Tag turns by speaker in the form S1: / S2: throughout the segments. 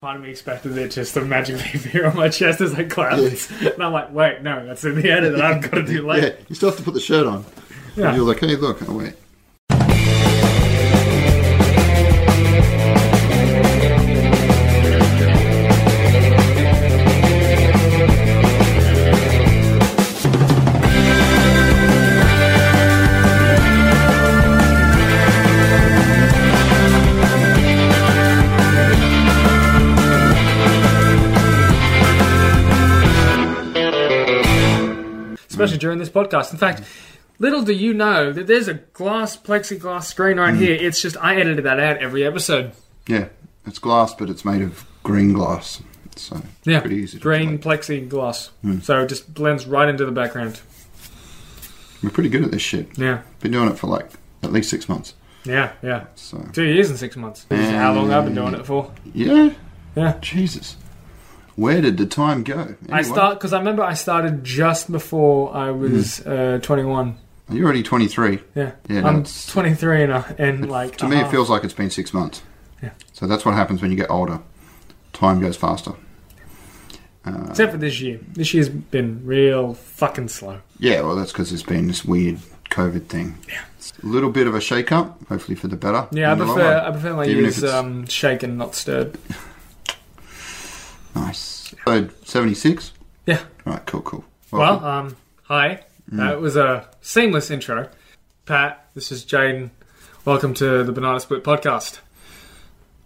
S1: Part of me expected it just to magically appear on my chest as I clapped. And I'm like, wait, no, that's in the edit that I've got to do later.
S2: Yeah, you still have to put the shirt on.
S1: Yeah.
S2: And you're like, hey, look, oh wait.
S1: especially during this podcast. In fact, little do you know that there's a glass plexiglass screen
S2: Hmm.
S1: right here. It's just I edited that out every episode.
S2: Yeah, it's glass, but it's made of green glass. So
S1: Yeah,
S2: pretty easy. to Hmm.
S1: green
S2: play.
S1: plexiglass, so it just blends right into the background.
S2: We're pretty good at this shit.
S1: Yeah,
S2: Been doing it for like at least six months.
S1: yeah, yeah.
S2: So
S1: Two years and six months. This is how long I've been doing it for.
S2: yeah,
S1: Yeah.
S2: Jesus, where did the time go?
S1: I
S2: Anyway, Hmm.
S1: start because I remember I started just before I was uh, 21.
S2: You're already 23.
S1: Yeah,
S2: Yeah, no,
S1: I'm
S2: it's-
S1: 23 and I, and like
S2: To me, it
S1: uh-huh.
S2: feels like it's been six months.
S1: Yeah.
S2: So that's what happens when you get older. Time goes faster.
S1: except for this year. This year's been real fucking slow.
S2: Yeah, well, that's because there's been this weird COVID thing.
S1: Yeah.
S2: It's a little bit of a shake up, hopefully for the better.
S1: Yeah, I
S2: in the long
S1: prefer
S2: run.
S1: I prefer my
S2: Even if
S1: years
S2: it's-
S1: um, shaken, not stirred.
S2: Nice. So, 76?
S1: Yeah.
S2: Right, cool, cool.
S1: Well,
S2: Welcome. Mm.
S1: um, hi. That was a seamless intro. Pat, this is Jaden. Welcome to the Banana Split podcast.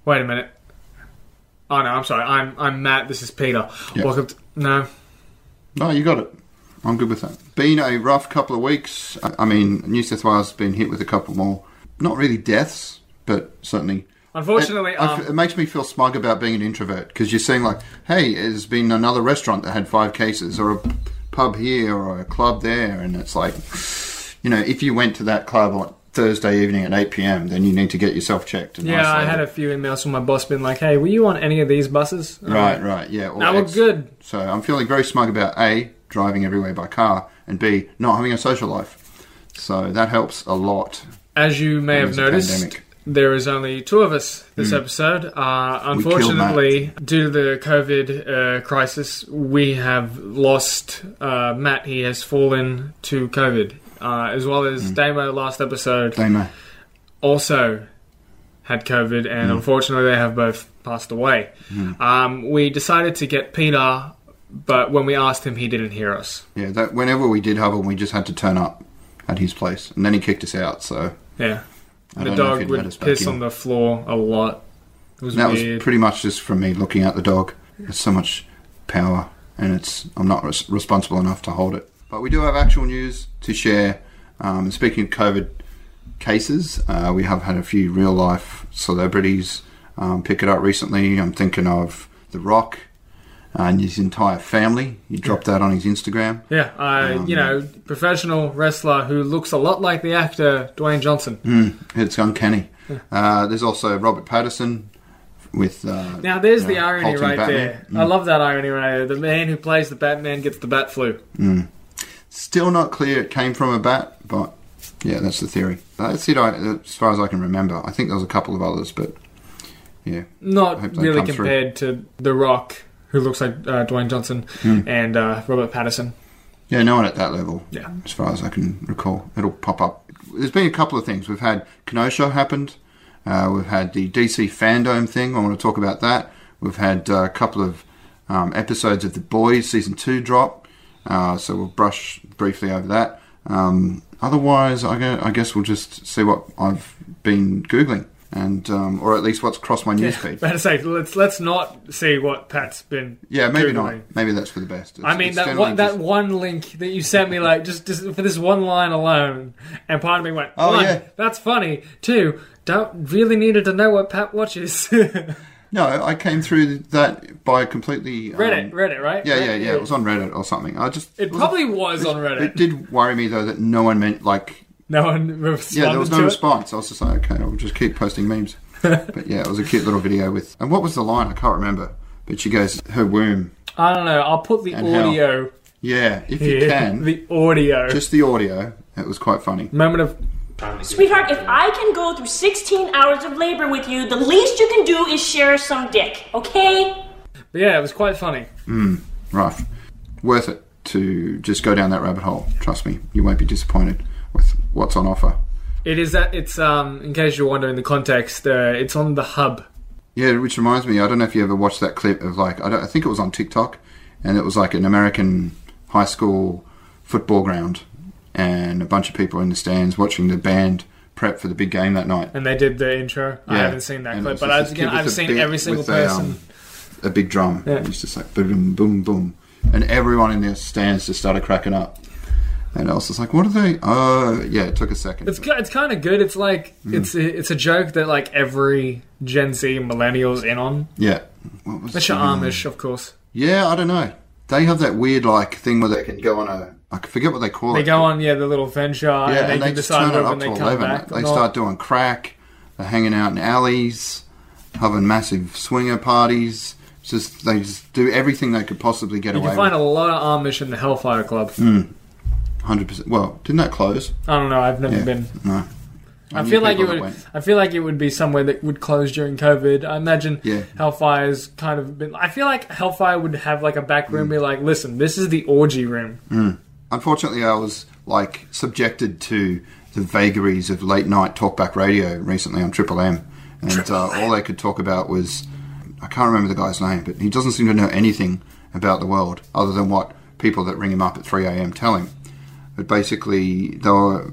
S1: Wait a minute. Oh no, I'm sorry. I'm I'm Matt. This is Peter.
S2: Yeah.
S1: Welcome. To, no,
S2: no, you got it. I'm good with that. Been a rough couple of weeks. I I mean, New South Wales has been hit with a couple more, not really deaths, but certainly.
S1: unfortunately,
S2: it, I f-
S1: um,
S2: it makes me feel smug about being an introvert because you're seeing like, hey, there's been another restaurant that had five cases, or a pub here, or a club there, and it's like, you know, if you went to that club on Thursday evening at 8 p.m., then you need to get yourself checked. And
S1: yeah, I
S2: isolated.
S1: had a few emails from my boss being like, "Hey, were you on any of these buses?" Um, And I'm
S2: Right,
S1: like,
S2: right, yeah. or
S1: No, we're
S2: X.
S1: good.
S2: So I'm feeling very smug about A, driving everywhere by car, and B, not having a social life. So that helps a lot.
S1: As you may have
S2: was a
S1: noticed,
S2: pandemic. Hmm.
S1: there is only two of us this episode. Uh,
S2: We killed
S1: unfortunately, due to the COVID uh, crisis, we have lost uh, Matt. He has fallen to COVID, uh, as well
S2: Hmm.
S1: as Damo last episode
S2: Dana.
S1: also had COVID, and
S2: Hmm.
S1: unfortunately, they have both passed away. Um, we decided to get Peter, but when we asked him, he didn't hear us.
S2: Yeah, that whenever we did Hubble, we just had to turn up at his place, and then he kicked us out. So
S1: Yeah.
S2: I
S1: the
S2: don't know if
S1: dog
S2: he'd let us
S1: would
S2: back
S1: piss
S2: in.
S1: on the floor a lot. It was
S2: that
S1: weird.
S2: was pretty much just from me looking at the dog. It's so much power, and it's I'm not res- responsible enough to hold it. But we do have actual news to share. Um, and speaking of COVID cases, uh, we have had a few real life celebrities um, pick it up recently. I'm thinking of The Rock and his entire family. He dropped that on his Instagram.
S1: Yeah, I
S2: Um,
S1: you know professional wrestler who looks a lot like the actor Dwayne Johnson.
S2: Hmm. It's uncanny. Uh, there's also Robert Patterson with. Uh,
S1: Now there's the
S2: Yeah,
S1: irony
S2: halting
S1: right
S2: Batman. Hmm.
S1: there. I love that irony right there. The man who plays the Batman gets the bat flu.
S2: Still not clear it came from a bat, but yeah, that's the theory. That's it I, as far as I can remember. I think there was a couple of others, but yeah. I hope
S1: Not
S2: they
S1: really
S2: come through.
S1: compared to The Rock, who looks like uh, Dwayne Johnson,
S2: Hmm.
S1: and uh, Robert Patterson.
S2: Yeah, no one at that level.
S1: Yeah.
S2: As far as I can recall, it'll pop up. There's been a couple of things. We've had Kenosha happened. Uh, we've had the DC fandom thing. I want to talk about that. We've had uh, a couple of um, episodes of The Boys season two drop. Uh, so we'll brush briefly over that. Um, otherwise, I, gue- I guess we'll just see what I've been googling, and um, or at least what's crossed my newsfeed.
S1: Better say, let's let's not see what Pat's been.
S2: Yeah, maybe
S1: Googling.
S2: not. Maybe that's for the best.
S1: I
S2: It's-
S1: mean
S2: it's
S1: that
S2: generally
S1: one, that
S2: just-
S1: one link that you sent me, like just, just for this one line alone, and part of me went,
S2: Oh,
S1: "One,
S2: yeah.
S1: that's funny." Two, don't really needed to know what Pat watches. Reddit,
S2: No, I came through that by completely um,
S1: Reddit, right?
S2: Yeah,
S1: Reddit,
S2: yeah, yeah. It was on Reddit or something. I just
S1: It
S2: was-
S1: probably was on
S2: it
S1: Reddit.
S2: did worry me though that no one meant like
S1: No one responded
S2: yeah there was no
S1: to it.
S2: response. I was just like okay, I'll just keep posting memes. but yeah, it was a cute little video with and what was the line? I can't remember. But she goes her womb.
S1: I don't know. I'll put the
S2: And how
S1: audio
S2: Yeah, if you
S1: here.
S2: can,
S1: The audio
S2: just the audio. It was quite funny.
S1: moment of
S3: Trying to do
S4: Sweetheart, if
S3: something.
S4: I can go through 16 hours of labor with you, the least you can do is share some dick, okay?
S1: But yeah, it was quite funny.
S2: rough. Worth it to just go down that rabbit hole. Trust me, you won't be disappointed with what's on offer.
S1: It is that it's um in case you're wondering the context, uh, it's on the hub.
S2: Yeah, which reminds me, I don't know if you ever watched that clip of like, I, don't, I think it was on TikTok, and it was like an American high school football ground, and a bunch of people in the stands watching the band prep for the big game that night.
S1: And they did the intro. I
S2: Yeah.
S1: haven't seen that
S2: And
S1: clip,
S2: it's
S1: but
S2: just
S1: I've,
S2: a
S1: again,
S2: kid with
S1: I've
S2: a
S1: seen
S2: bit-
S1: every single
S2: with a, um,
S1: person.
S2: a big drum.
S1: Yeah.
S2: It's just like boom, boom, boom, and everyone in the stands just started cracking up. And I was just like, "What are they?" Oh, yeah, it took a second.
S1: It's ki- it's kind of good. It's like
S2: Hmm.
S1: it's a, it's a joke that like every Gen Z millennials in on.
S2: yeah, what was
S1: Which
S2: the-
S1: are Amish, of course.
S2: Yeah, I don't know. They have that weird like thing where they can go on a I forget what they call
S1: They
S2: it.
S1: go on yeah the little venture
S2: yeah,
S1: and they can
S2: just
S1: decide
S2: turn it
S1: whether
S2: up
S1: they
S2: to
S1: come
S2: eleven.
S1: back.
S2: they
S1: or not.
S2: start doing crack. They're hanging out in alleys, having massive swinger parties. It's just they just do everything they could possibly get
S1: You
S2: away
S1: can find
S2: with.
S1: a lot of Amish in the Hellfire Club.
S2: Hmm. Hundred percent. Well, didn't that close?
S1: I don't know. I've never
S2: Yeah.
S1: been.
S2: No.
S1: I
S2: knew
S1: feel like it
S2: people that
S1: would.
S2: went.
S1: I feel like it would be somewhere that would close during COVID. I imagine
S2: Yeah.
S1: Hellfire's kind of been. I feel like Hellfire would have like a back
S2: Hmm.
S1: room, be like, "Listen, this is the orgy room."
S2: Unfortunately, I was like subjected to the vagaries of late night talkback radio recently on Triple M, and uh, all they could talk about was I can't remember the guy's name, but he doesn't seem to know anything about the world other than what people that ring him up at 3 a.m. tell him. But basically, they were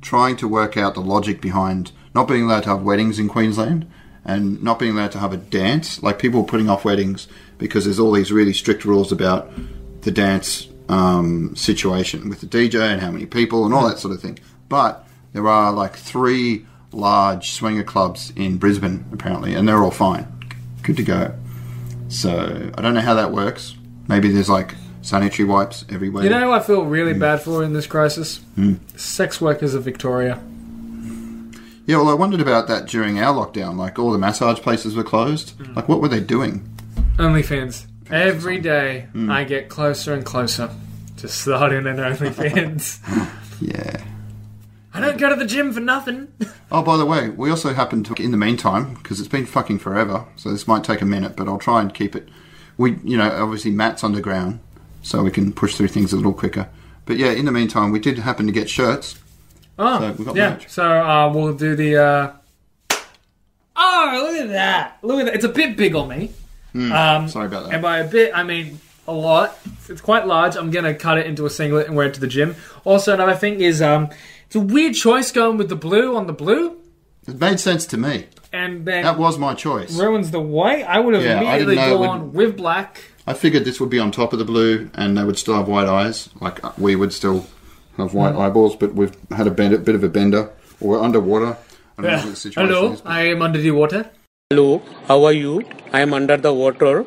S2: trying to work out the logic behind not being allowed to have weddings in Queensland and not being allowed to have a dance. Like people were putting off weddings because there's all these really strict rules about the dance um, situation with the DJ and how many people and all that sort of thing. But there are like three large swinger clubs in Brisbane apparently, and they're all fine, good to go. So I don't know how that works. Maybe there's like sanitary wipes everywhere.
S1: You know, who I feel
S2: Hmm.
S1: really bad for in this crisis. Sex workers of Victoria.
S2: Yeah, well, I wondered about that during our lockdown. Like, all the massage places were closed.
S1: Mm.
S2: Like, what were they doing?
S1: OnlyFans.
S2: Hmm.
S1: Every day I get closer and closer to starting an OnlyFans.
S2: Yeah.
S1: I don't go to the gym for nothing.
S2: Oh, by the way, we also happened to, in the meantime, because it's been fucking forever, so this might take a minute, but I'll try and keep it. We, you know, obviously Matt's underground, so we can push through things a little quicker. But yeah, in the meantime, we did happen to get shirts.
S1: Oh,
S2: So, we got
S1: yeah.
S2: merch.
S1: So uh, we'll do the. Uh... Oh, look at that! Look at that! It's a bit big on me. Um,
S2: Hmm, Sorry about
S1: And
S2: that.
S1: by a bit, I mean a lot. It's quite large. I'm gonna cut it into a singlet and wear it to the gym. Also, another thing is, um, it's a weird choice going with the blue on the blue,
S2: It made sense to me.
S1: and then
S2: That was my choice.
S1: ruins the white. I would have
S2: Yeah, I didn't
S1: immediately
S2: know it
S1: gone with black.
S2: I figured this would be on top of the blue, and they would still have white eyes. Like uh, we would still have
S1: Hmm.
S2: white eyeballs, but we've had a bend, a bit of a bender, or we're underwater. I don't know what the situation
S1: Hello,
S2: is, but-
S1: I am under the water.
S5: Hello, how are you? I am under the water.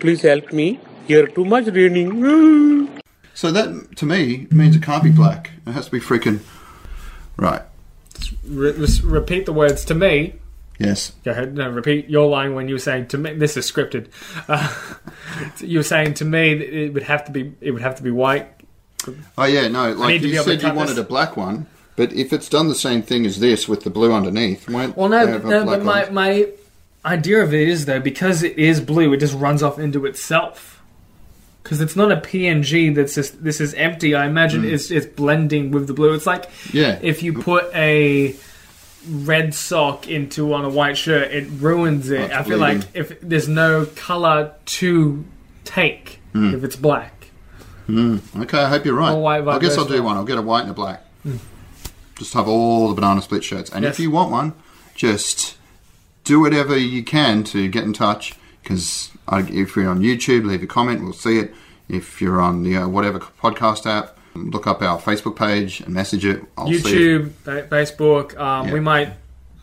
S5: Please help me. Here too much raining.
S2: so that to me means it can't be black. It has to be freaking right.
S1: Re- re- repeat the words to me.
S2: Yes,
S1: Go ahead. No, repeat your line when you were saying to me. This is scripted. Uh, you were saying to me that it would have to be. It would have to be white.
S2: Oh yeah, no. Like
S1: need to be
S2: you
S1: able to
S2: said, you
S1: cut
S2: wanted
S1: this.
S2: a black one, but if it's done the same thing as this with the blue underneath, won't
S1: Well,
S2: they
S1: no,
S2: have a
S1: no.
S2: black
S1: But my
S2: one?
S1: my idea of it is though because it is blue, it just runs off into itself. Because it's not a PNG that's just this is empty. I imagine it's it's blending with the blue. It's like
S2: Hmm. yeah,
S1: if you put a red sock into on a white shirt, it ruins it.
S2: it's
S1: I feel
S2: bleeding.
S1: like if there's no color to take,
S2: Hmm.
S1: if it's black,
S2: okay. I hope you're right.
S1: Or white
S2: I guess I'll
S1: vibrational.
S2: do one. I'll get a white and a black. Just have all the banana split shirts, and
S1: Hmm. Yes.
S2: if you want one, just do whatever you can to get in touch. Because if you're on YouTube, leave a comment. We'll see it. If you're on the uh, whatever podcast app, look up our Facebook page and message it. I'll see it.
S1: YouTube, fa- Facebook, um,
S2: Yeah.
S1: we might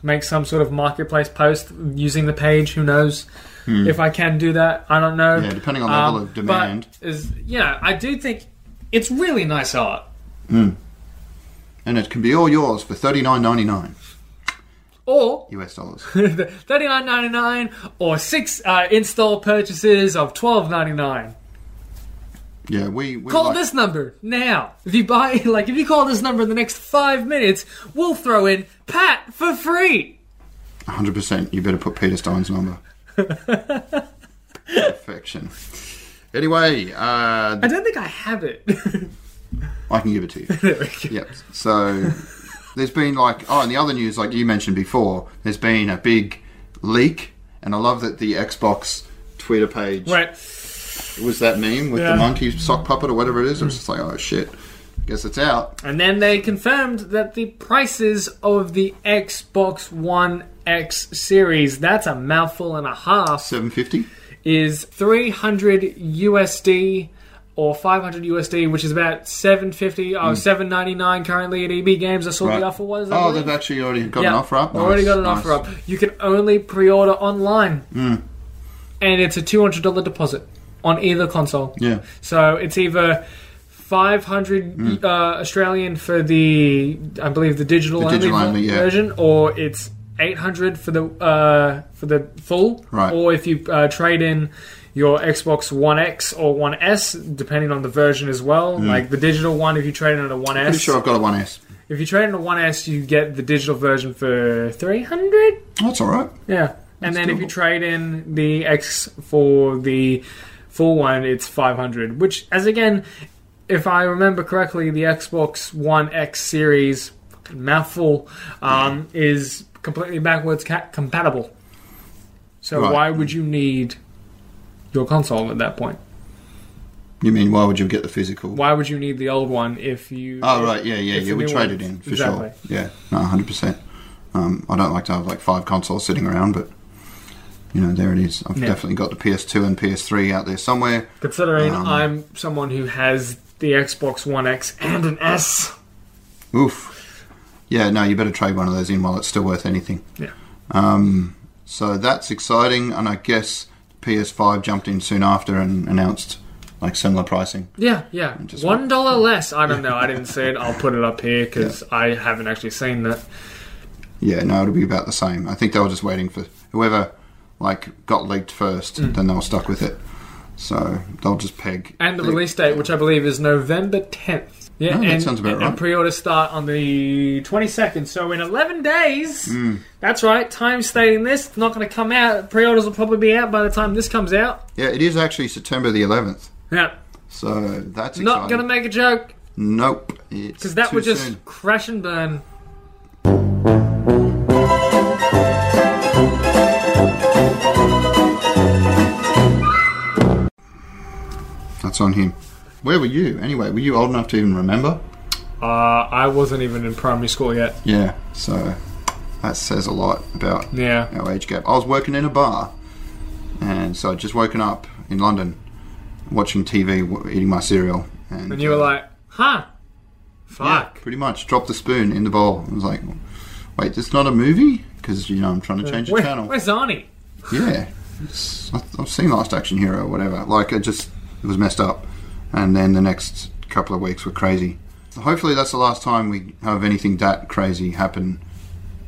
S1: make some sort of marketplace post using the page. Who knows? If I can do that, I don't know. Um,
S2: Hmm. Yeah, depending on the level of demand.
S1: But is yeah, I do think it's really nice art.
S2: and it can be all yours for thirty nine ninety nine
S1: Or
S2: US dollars.
S1: thirty nine ninety nine, or six uh, install purchases of twelve ninety nine.
S2: Yeah, we, we
S1: Call
S2: like-
S1: this number now. If you buy, like, if you call this number in the next five minutes, we'll throw in Pat for free.
S2: 100%. You better put Peter Stein's number. Perfection. Anyway, uh,
S1: I don't think I have it.
S2: I can give it to you.
S1: there we go.
S2: Yep. So there's been like oh, and the other news like you mentioned before, there's been a big leak, and I love that the Xbox Twitter page
S1: Right.
S2: was that meme with
S1: Yeah.
S2: the monkey sock puppet or whatever it is. It was just like oh shit, guess it's out.
S1: And then they confirmed that the prices of the Xbox One X series, that's a mouthful and a half,
S2: Seven fifty.
S1: is 300 USD or 500 USD, which is about 750 oh, 799 currently at EB Games. I saw the offer was. I
S2: Hmm. Oh,
S1: believe.
S2: they've actually already got an
S1: Yeah,
S2: offer up.
S1: Already
S2: Nice,
S1: got an
S2: nice. Hmm.
S1: offer up. You can only pre-order online, and it's a two hundred dollar deposit on either console.
S2: Yeah.
S1: So it's either five hundred
S2: Hmm.
S1: uh, Australian for the, I believe the digital,
S2: The
S1: only,
S2: digital only, yeah.
S1: version, or it's eight hundred for the uh, for the full.
S2: Right.
S1: Or if you uh, trade in. Your Xbox One X or One S, depending on the version as well. Like the digital one, if you trade in a One S,
S2: Hmm. Pretty sure I've got a one S.
S1: if you trade in a 1S, you get the digital version for 300?
S2: That's all right.
S1: Yeah. And then if you
S2: doable.
S1: trade in the X for the full one, it's 500. Which, as again, if I remember correctly, the Xbox One X series, fucking mouthful, um, is completely backwards ca- compatible. So
S2: Right.
S1: why would you need your console at that point?
S2: You mean why would you get the physical?
S1: Why would you need the old one if you...
S2: Oh right, yeah, yeah,
S1: It's
S2: yeah.
S1: the
S2: We
S1: new
S2: trade
S1: ones.
S2: it in for
S1: Exactly.
S2: sure. Yeah, no, hundred percent. Um, I don't like to have like five consoles sitting around, but you know, there it is. I've
S1: Yeah.
S2: definitely got the PS2 and PS3 out there somewhere.
S1: Considering
S2: Um,
S1: I'm someone who has the Xbox One X and an S.
S2: Oof. Yeah, no, you better trade one of those in while it's still worth anything.
S1: Yeah.
S2: Um, so that's exciting, and I guess PS5 jumped in soon after and announced like similar pricing.
S1: Yeah, yeah.
S2: just
S1: One dollar less. I don't know. I didn't see it. I'll put it up here because I haven't actually seen that.
S2: Yeah, no, it'll be about the same. I think they were just waiting for whoever like got leaked first,
S1: Mm.
S2: then they were stuck with it. So they'll just peg
S1: And the
S2: they-
S1: release date, which I believe is November 10th. Yeah,
S2: Oh, that
S1: and,
S2: sounds about
S1: and,
S2: right.
S1: and pre-order start on the 22nd. So in 11 days,
S2: Mm.
S1: that's right. Time stating this, it's not going to come out. Pre-orders will probably be out by the time this comes out.
S2: Yeah, it is actually September the 11th.
S1: Yeah,
S2: So that's
S1: not
S2: exciting.
S1: going to make a joke
S2: Nope. It's
S1: because that
S2: too
S1: would just
S2: soon.
S1: crash and burn.
S2: That's on him. Where were you anyway? Were you old enough to even remember?
S1: Uh, I wasn't even in primary school yet.
S2: Yeah. So that says a lot about
S1: Yeah.
S2: our age gap. I was working in a bar, and so I'd just woken up in London, watching TV, w- eating my cereal, and,
S1: And you were like, huh?
S2: Yeah,
S1: Fuck.
S2: pretty much. Dropped the spoon in the bowl. I was like, wait, this is not a movie? Because, you know, I'm trying to change the
S1: Where-
S2: channel.
S1: Where's Arnie?
S2: Yeah, it's, I- I've seen Last Action Hero or whatever. Like, it just it was messed up, and then the next couple of weeks were crazy. Hopefully, that's the last time we have anything that crazy happen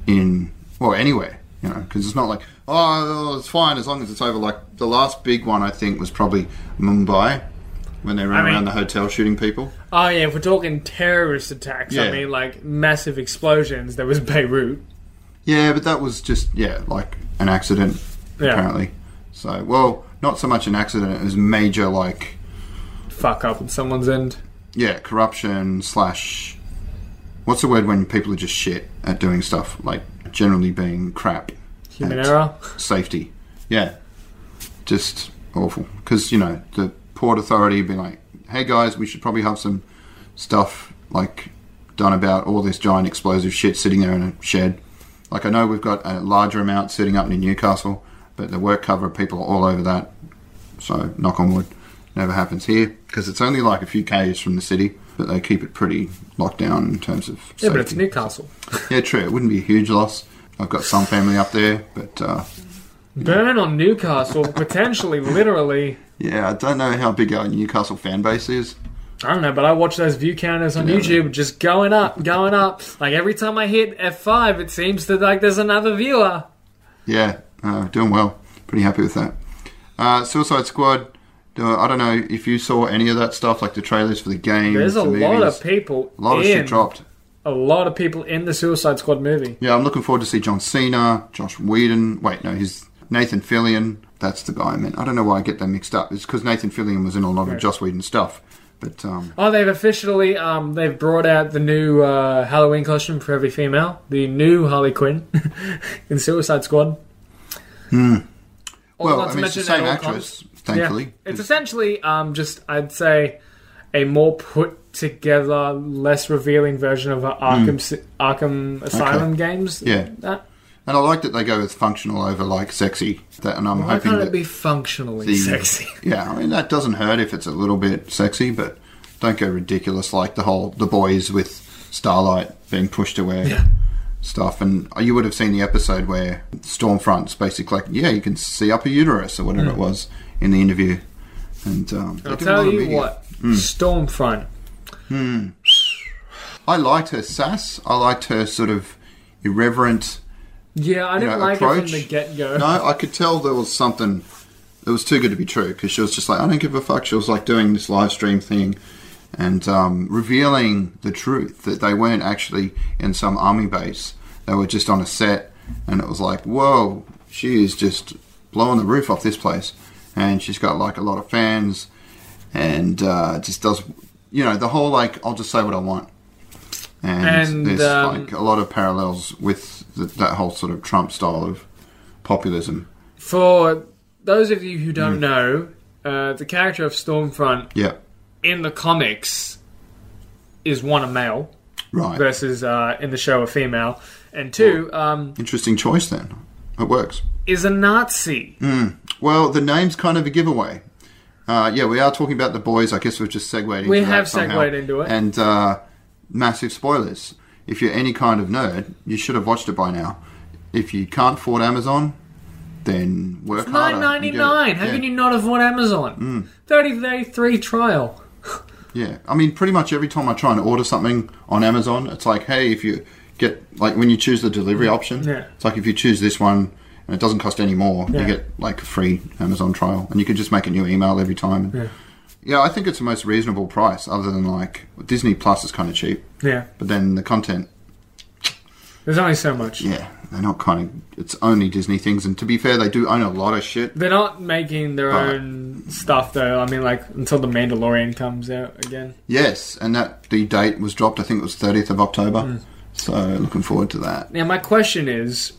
S2: in well anywhere. You know, because it's not like oh, it's fine as long as it's over. Like the last big one, I think, was probably Mumbai when they ran
S1: I mean-
S2: around the hotel shooting people.
S1: Oh yeah, if we're talking terrorist attacks, I
S2: Yeah.
S1: mean like massive explosions. There was Beirut.
S2: Yeah, but that was just yeah, like an accident
S1: Yeah.
S2: apparently. So well, not so much an accident. It was major like
S1: Fuck up at someone's end.
S2: yeah, corruption slash. What's the word when people are just shit at doing stuff? Like generally being crap.
S1: Human
S2: at
S1: error.
S2: Safety. Yeah. Just awful. Because, you know, the Port Authority be like, hey guys, we should probably have some stuff like done about all this giant explosive shit sitting there in a shed. Like, I know we've got a larger amount sitting up near Newcastle, but the work cover people are all over that. So, knock on wood, never happens here because it's only like a few k's from the city, but they keep it pretty locked down in terms of.
S1: Yeah, but it's
S2: safety.
S1: Newcastle.
S2: Yeah, true. It wouldn't be a huge loss. I've got some family up there, but uh,
S1: Burn on Newcastle, potentially, literally.
S2: yeah, I don't know how big our Newcastle fan base is.
S1: I don't know, but I watch those view counters on
S2: Yeah.
S1: YouTube just going up, going up. Like every time I hit F5, it seems that like there's another viewer.
S2: Yeah, uh, doing well. Pretty happy with that. Uh, Suicide Squad Uh, I don't know if you saw any of that stuff, like the trailers for the game.
S1: There's a
S2: the
S1: lot
S2: movies.
S1: of people.
S2: A lot of
S1: in,
S2: shit dropped.
S1: A lot of people in the Suicide Squad movie.
S2: Yeah, I'm looking forward to see John Cena, Josh Whedon. Wait, no, he's Nathan Fillion. That's the guy I meant. I don't know why I get them mixed up. It's because Nathan Fillion was in a lot of Joss Whedon stuff. But um,
S1: Oh, they've officially um, they've brought out the new uh, Halloween costume for every female. The new Harley Quinn in Suicide Squad. Or
S2: well,
S1: not to
S2: I mean, it's the
S1: mention
S2: same
S1: at all costs.
S2: actress,
S1: Yeah.
S2: thankfully.
S1: It's essentially um, just, I'd say, a more put together, less revealing version of a Arkham, Si- Arkham Asylum games.
S2: Mm. Yeah.
S1: That,
S2: and I like that they go with functional over like sexy. That, and I'm
S1: why
S2: hoping
S1: can't
S2: that
S1: it be functionally
S2: the-
S1: sexy?
S2: Yeah, I mean that doesn't hurt if it's a little bit sexy, but don't go ridiculous like the whole the boys with Starlight being pushed away
S1: Yeah.
S2: stuff. And you would have seen the episode where Stormfront's basically like, yeah, you can see up a uterus or whatever it was in the interview. And um,
S1: Mm.
S2: they
S1: I'll
S2: did a lot
S1: tell
S2: of
S1: you
S2: media.
S1: what,
S2: Mm.
S1: Stormfront.
S2: I liked her sass. I liked her sort of irreverent.
S1: Yeah, I didn't
S2: know,
S1: like it
S2: approach.
S1: from the get go.
S2: No, I could tell there was something. It was too good to be true because she was just like, I don't give a fuck. She was like doing this live stream thing and um, revealing the truth that they weren't actually in some army base. They were just on a set, and it was like, whoa, she is just blowing the roof off this place. And she's got like a lot of fans and uh, just does, you know, the whole like, I'll just say what I want. And,
S1: And,
S2: there's
S1: um,
S2: like a lot of parallels with th that whole sort of Trump style of populism.
S1: For those of you who don't
S2: Mm.
S1: know, uh, the character of Stormfront
S2: Yeah,
S1: in the comics is one, a male,
S2: right.
S1: versus uh, in the show, a female, and two, um,
S2: Interesting choice then. It works.
S1: is a Nazi.
S2: Well, the name's kind of a giveaway. Uh, yeah, we are talking about the boys. I guess we've just segued into
S1: We
S2: that
S1: have
S2: somehow.
S1: segued into it.
S2: And uh, massive spoilers. If you're any kind of nerd, you should have watched it by now. If you can't afford Amazon, then work harder.
S1: Nine ninety nine. How
S2: yeah.
S1: can you not have won Amazon? Thirty day free trial.
S2: Yeah, I mean, pretty much every time I try and order something on Amazon, it's like, hey, if you get like when you choose the delivery option,
S1: Mm. Yeah.
S2: it's like if you choose this one and it doesn't cost any more,
S1: Yeah.
S2: you get like a free Amazon trial, and you can just make a new email every time. Yeah. I think it's the most reasonable price, other than like Disney Plus is kind of cheap,
S1: Yeah,
S2: but then the content,
S1: there's only so much.
S2: yeah, they're not kind of. It's only Disney things, and to be fair, they do own a lot of shit.
S1: They're not making their
S2: Right.
S1: own stuff though. I mean, like until the Mandalorian comes out again.
S2: Yes, and that the date was dropped. I think it was thirtieth of October.
S1: Mm.
S2: So looking forward to that.
S1: Now, my question is,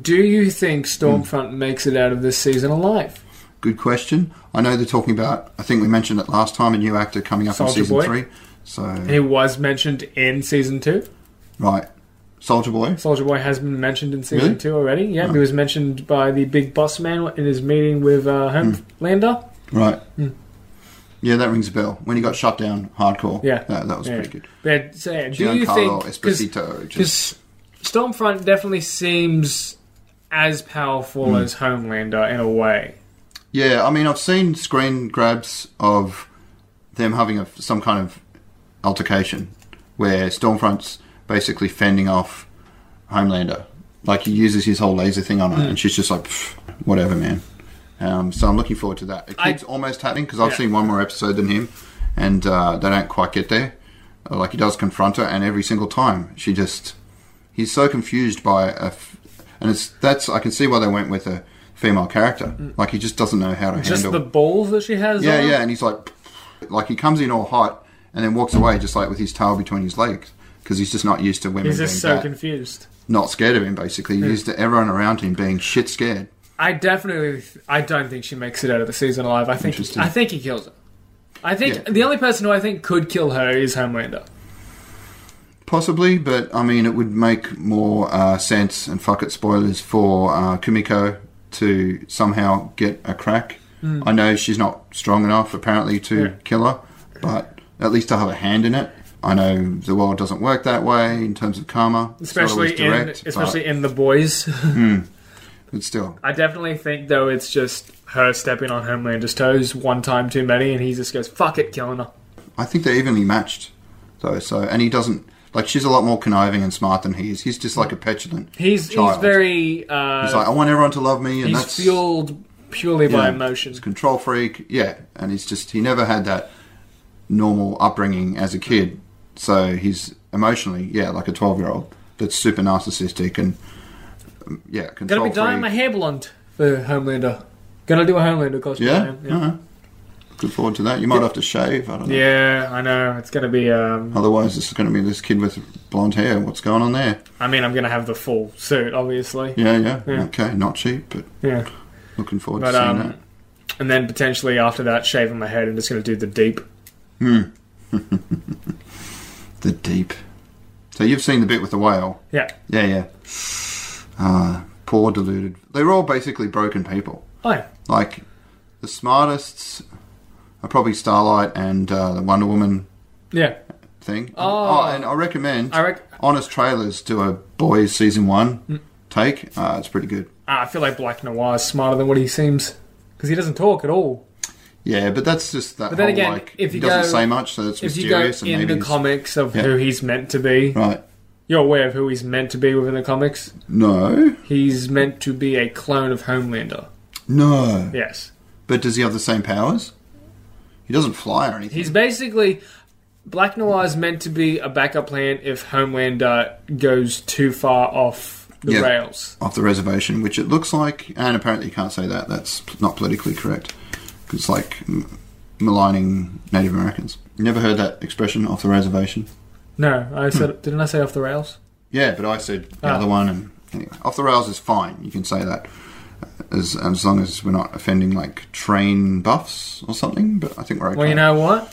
S1: do you think Stormfront makes it out of this season alive?
S2: Good question. I know they're talking about. I think we mentioned it last time. A new actor coming up
S1: Soulja
S2: in season
S1: Boy.
S2: three. So
S1: He was mentioned in season two.
S2: right, Soldier Boy.
S1: Soldier Boy has been mentioned in season
S2: Really? Oh.
S1: two already. Yeah, he was mentioned by the big boss man in his meeting with uh,
S2: Hmm.
S1: Homelander.
S2: Right.
S1: Hmm.
S2: Yeah, that rings a bell. When he got shut down hardcore.
S1: Yeah.
S2: that, that was
S1: Yeah.
S2: pretty good.
S1: But so, yeah, do you
S2: Giancarlo
S1: think?
S2: Esposito.
S1: Because
S2: Just,
S1: Stormfront definitely seems as powerful
S2: Hmm.
S1: as Homelander in a way.
S2: yeah, I mean, I've seen screen grabs of them having a, some kind of altercation where Stormfront's basically fending off Homelander. Like he uses his whole laser thing on her,
S1: Hmm.
S2: and she's just like, "Pff, whatever, man. Um, so I'm looking forward to that. It
S1: I-
S2: keeps almost happening because I've
S1: Yeah.
S2: seen one more episode than him, and uh, they don't quite get there. Uh, Like he does confront her, and every single time she just, he's so confused by a, f- and it's that's I can see why they went with a female character. Like he just doesn't know how to
S1: Hmm. Just
S2: handle.
S1: the balls that she has.
S2: Yeah,
S1: on her.
S2: yeah, and he's like, like he comes in all hot and then walks away just like with his tail between his legs because he's just not used to women
S1: He's
S2: being
S1: just so
S2: that-
S1: confused.
S2: not scared of him. Basically, he's used to everyone around him being shit scared.
S1: I definitely, I don't think she makes it out of the season alive. I think,
S2: Interesting.
S1: I think he kills her. I think
S2: Yeah.
S1: the only person who I think could kill her is Homelander.
S2: Possibly, but I mean, it would make more uh, sense and fuck it spoilers for uh, Kumiko to somehow get a crack. I know she's not strong enough apparently to
S1: Hmm. Yeah.
S2: kill her, but at least to have a hand in it. I know the world doesn't work that way in terms of karma, It's not
S1: especially
S2: always direct,
S1: in
S2: but-
S1: especially in the boys.
S2: but still,
S1: I definitely think though it's just her stepping on Homelander's toes one time too many, and he just goes fuck it, killing her.
S2: I think they're evenly matched, though. So, and he doesn't like she's a lot more conniving and smart than he is. He's just like a petulant.
S1: He's
S2: child.
S1: he's very uh,
S2: He's like, I want everyone to love me, and
S1: he's
S2: that's
S1: fueled purely by
S2: Yeah.
S1: emotion.
S2: He's a control freak, yeah, and he's just he never had that normal upbringing as a kid, so he's emotionally yeah like a twelve year old that's super narcissistic and um, yeah control
S1: Gonna be dyeing
S2: freak.
S1: my hair blonde for Homelander. Gonna do a Homelander costume.
S2: yeah,
S1: Yeah,
S2: alright. Look forward to that. You might have to shave. I don't know.
S1: Yeah, I know. It's gonna be. Um,
S2: Otherwise, this is going to be this kid with blonde hair. What's going on there?
S1: I mean, I'm gonna have the full suit, obviously.
S2: Yeah, yeah.
S1: Yeah.
S2: Okay, not cheap, but
S1: Yeah.
S2: looking forward
S1: But
S2: to seeing
S1: um, and then potentially after that, shaving my head. I'm just gonna do the deep.
S2: that. The deep. So you've seen the bit with the whale.
S1: Yeah.
S2: Yeah, yeah. Uh, poor deluded. They were all basically broken people.
S1: Oh,
S2: Like, the smartest are probably Starlight and uh, the Wonder Woman
S1: yeah.
S2: thing.
S1: Oh.
S2: and I recommend
S1: I Mm. rec-
S2: Honest Trailers do a Boys Season 1 take. Uh, it's pretty good.
S1: Ah, I feel like Black Noir is smarter than what he seems because he doesn't talk at all.
S2: Yeah, but that's just that
S1: But then
S2: whole,
S1: again,
S2: like,
S1: if
S2: he
S1: you
S2: doesn't
S1: go-
S2: say much, so it's
S1: If you go
S2: mysterious. and
S1: in
S2: maybe
S1: the
S2: he's-
S1: comics of
S2: Yeah.
S1: who he's meant to be,
S2: Right.
S1: you're aware of who he's meant to be within the comics.
S2: No.
S1: He's meant to be a clone of Homelander.
S2: No.
S1: Yes.
S2: But does he have the same powers? He doesn't fly or anything.
S1: He's basically Black Noir is meant to be a backup plan if Homelander goes too far off the
S2: Yeah.
S1: rails.
S2: off the reservation, which it looks like, and apparently you can't say that. That's p- not politically correct. 'Cause It's like m- maligning Native Americans. You never heard that expression off the reservation?
S1: No, I
S2: Hmm.
S1: said didn't I say off the rails?
S2: Yeah, but I said the
S1: Ah.
S2: other one, and anyway, off the rails is fine. You can say that as as long as we're not offending like train buffs or something. But I think we're okay.
S1: Well, you know what?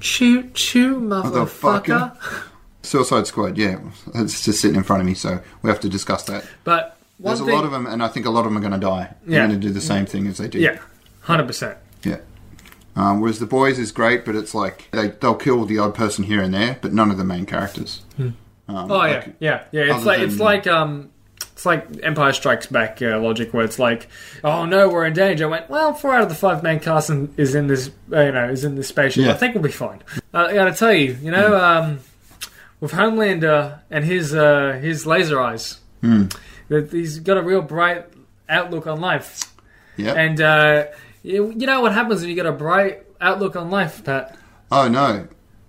S1: Choo choo, motherfucker.
S2: Suicide Squad, yeah, it's just sitting in front of me, so we have to discuss that.
S1: But one
S2: There's a
S1: thing,
S2: lot of them, and I think a lot of them are going to die. They're
S1: Yeah.
S2: going to do the same thing as they did.
S1: yeah, hundred percent.
S2: Yeah. Um, whereas the boys is great, but it's like they they'll kill the odd person here and there, but none of the main characters. Um,
S1: Oh yeah,
S2: like-
S1: yeah, yeah. It's
S2: other
S1: like it's
S2: than-
S1: like um, it's like Empire Strikes Back uh, logic, where it's like, oh no, we're in danger. I went well, four out of the five main cast in- is in this, uh, you know, is in this spaceship.
S2: Yeah. Hmm.
S1: I think we'll be fine. Uh, I gotta tell you, you know, um, with Homelander and his uh, his laser eyes,
S2: Hmm.
S1: that he's got a real bright outlook on life.
S2: yeah.
S1: And uh, you, you know what happens when you get a bright outlook on life, Pat?
S2: oh no,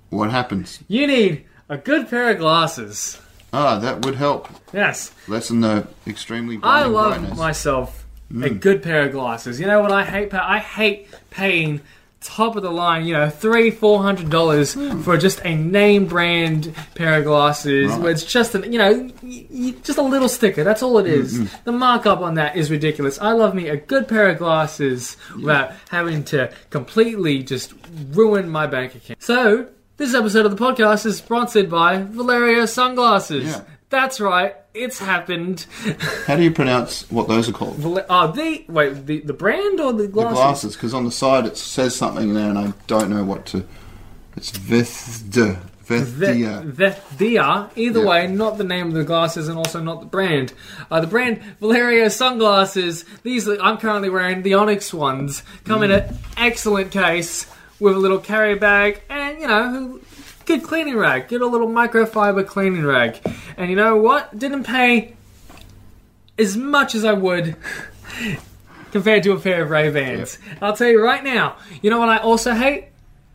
S2: what happens?
S1: You need a good pair of glasses.
S2: Ah, that would help
S1: Yes.
S2: lessen the extremely.
S1: I
S2: blinding
S1: love
S2: brightness.
S1: myself a
S2: Mm.
S1: good pair of glasses. You know what I hate? Pa- I hate paying top of the line, you know, three, four hundred dollars for just a name brand pair of glasses.
S2: Hmm. Right.
S1: Where it's just an, you know, y- y- just a little sticker. That's all it is. The markup on that is ridiculous. I love me a good pair of glasses without having to completely just ruin my bank account. So. This episode of the podcast is sponsored by Valeria Sunglasses.
S2: Yeah.
S1: That's right, it's happened.
S2: How do you pronounce what those are called? The
S1: Ble- Are uh, they wait the the brand or the glasses?
S2: glasses, because on the side it says something there, and I don't know what to. It's Vethda. Vethdia.
S1: The, the are either
S2: Yeah.
S1: way, not the name of the glasses and also not the brand. Uh, the brand Valeria sunglasses. These are- I'm currently wearing the Onyx ones. Come in an excellent case with a little carry bag and you know good cleaning rag. Get a little microfiber cleaning rag. And you know what? Didn't pay as much as I would compared to a pair of Ray Bans. I'll tell you right now. You know what I also hate?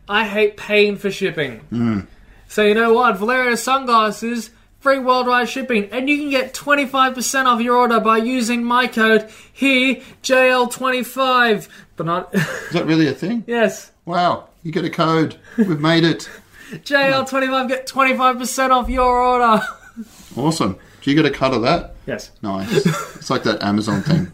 S1: I hate paying for shipping. So you know what? Valeria sunglasses, free worldwide shipping, and you can get 25% off your order by using my code E here, JL25. But not
S2: Is that really a thing?
S1: yes.
S2: Wow, you get a code. We've made it.
S1: JL25 get 25% off your order.
S2: Awesome. Do you get a cut of that?
S1: Yes.
S2: Nice. it's like that Amazon thing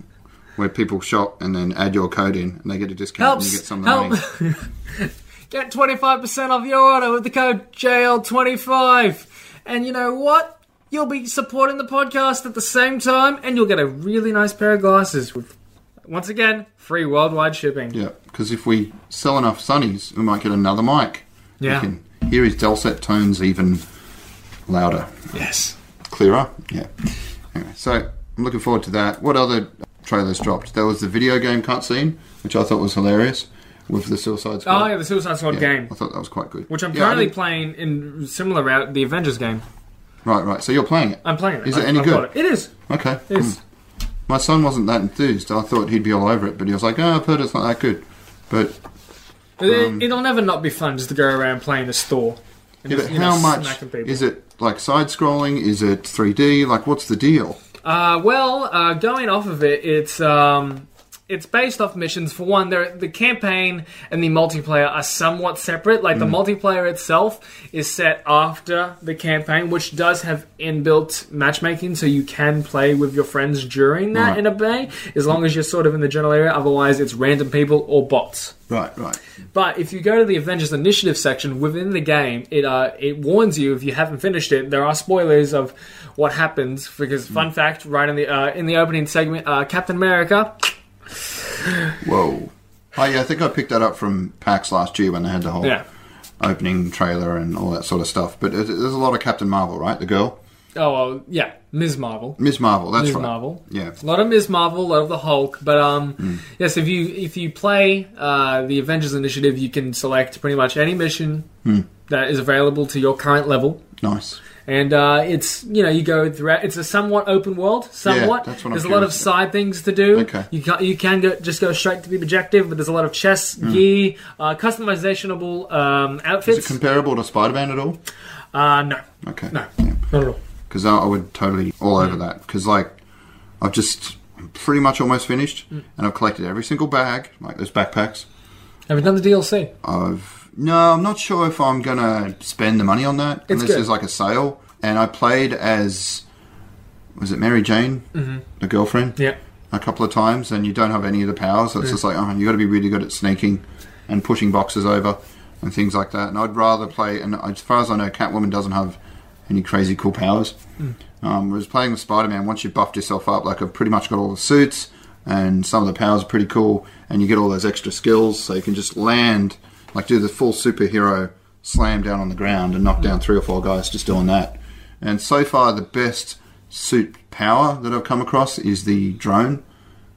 S2: where people shop and then add your code in and they get a discount and you
S1: Helps.
S2: get some of the
S1: Help.
S2: money.
S1: get 25% off your order with the code JL25. And you know what? You'll be supporting the podcast at the same time, and you'll get a really nice pair of glasses with, once again, free worldwide shipping.
S2: Yeah, because if we sell enough sunnies, we might get another mic.
S1: Yeah.
S2: We can hear his dulcet tones even louder,
S1: Yes.
S2: clearer. Yeah. Anyway, so I'm looking forward to that. What other trailers dropped? There was the video game cutscene, which I thought was hilarious, with the Suicide Squad.
S1: Oh yeah, the Suicide Squad
S2: Yeah,
S1: game,
S2: I thought that was quite good.
S1: which I'm
S2: Yeah, I
S1: currently
S2: didn't-
S1: playing in similar route, the Avengers game.
S2: Right, right. So you're playing it.
S1: I'm playing it.
S2: Is it
S1: I-
S2: any
S1: I've got
S2: good?
S1: It. it is.
S2: Okay.
S1: It's
S2: Hmm. My son wasn't that enthused. I thought he'd be all over it, but he was like, oh, I've heard it's not that good. But, Hmm.
S1: It, it'll never not be fun just to go around playing the store. And
S2: Um, yeah,
S1: just,
S2: but
S1: you know,
S2: how much
S1: smacking people.
S2: is it like side scrolling? Is it 3D? Like, what's the deal?
S1: Uh, well, uh, going off of it, it's um, it's based off missions. For one, there- the campaign and the multiplayer are somewhat separate. Like the multiplayer itself is set after the campaign, which does have inbuilt matchmaking, so you can play with your friends during that
S2: Right.
S1: in a bay, as long as you're sort of in the general area. Otherwise, it's random people or bots.
S2: Right, right.
S1: But if you go to the Avengers Initiative section within the game, it uh, it warns you if you haven't finished it. There are spoilers of what happens because fun fact, right in the uh, in the opening segment, uh, Captain America.
S2: Whoa. Oh, yeah, I think I picked that up from PAX last year when they had the whole
S1: Yeah.
S2: opening trailer and all that sort of stuff. But it- there's a lot of Captain Marvel, right? The girl?
S1: Oh well, yeah, Ms. Marvel.
S2: Ms. Marvel, that's
S1: Ms.
S2: right.
S1: Marvel.
S2: Yeah.
S1: A lot of Ms. Marvel, a lot of the Hulk, but um, yes, if you if you play uh, the Avengers Initiative, you can select pretty much any mission that is available to your current level.
S2: Nice.
S1: and uh, it's you know you go throughout. It's a somewhat open world, somewhat.
S2: that's what I'm
S1: there's a lot of
S2: curious about.
S1: side things to do.
S2: Okay.
S1: You can you can go, just go straight to the objective, but there's a lot of chess, gear, uh, customizationable um,
S2: Mm. Is it
S1: outfits.
S2: comparable to Spider Man at all?
S1: uh, no,
S2: Okay.
S1: No.
S2: Yeah.
S1: not at all.
S2: because I, I would totally all over that because like I've just I'm pretty much almost finished and I've collected every single bag like those backpacks
S1: Have you done the DLC?
S2: I've no I'm not sure if I'm gonna spend the money on that unless
S1: good.
S2: there's like a sale and I played as was it Mary Jane mm-hmm. the girlfriend
S1: Yeah.
S2: a couple of times and you don't have any of the powers so it's just like oh you got to be really good at sneaking and pushing boxes over and things like that and I'd rather play and as far as I know Catwoman doesn't have any crazy cool powers um, whereas playing with Spider-Man once you've buffed yourself up like I've pretty much got all the suits and some of the powers are pretty cool and you get all those extra skills so you can just land like do the full superhero slam down on the ground and knock down three or four guys just doing that and so far the best suit power that I've come across is the drone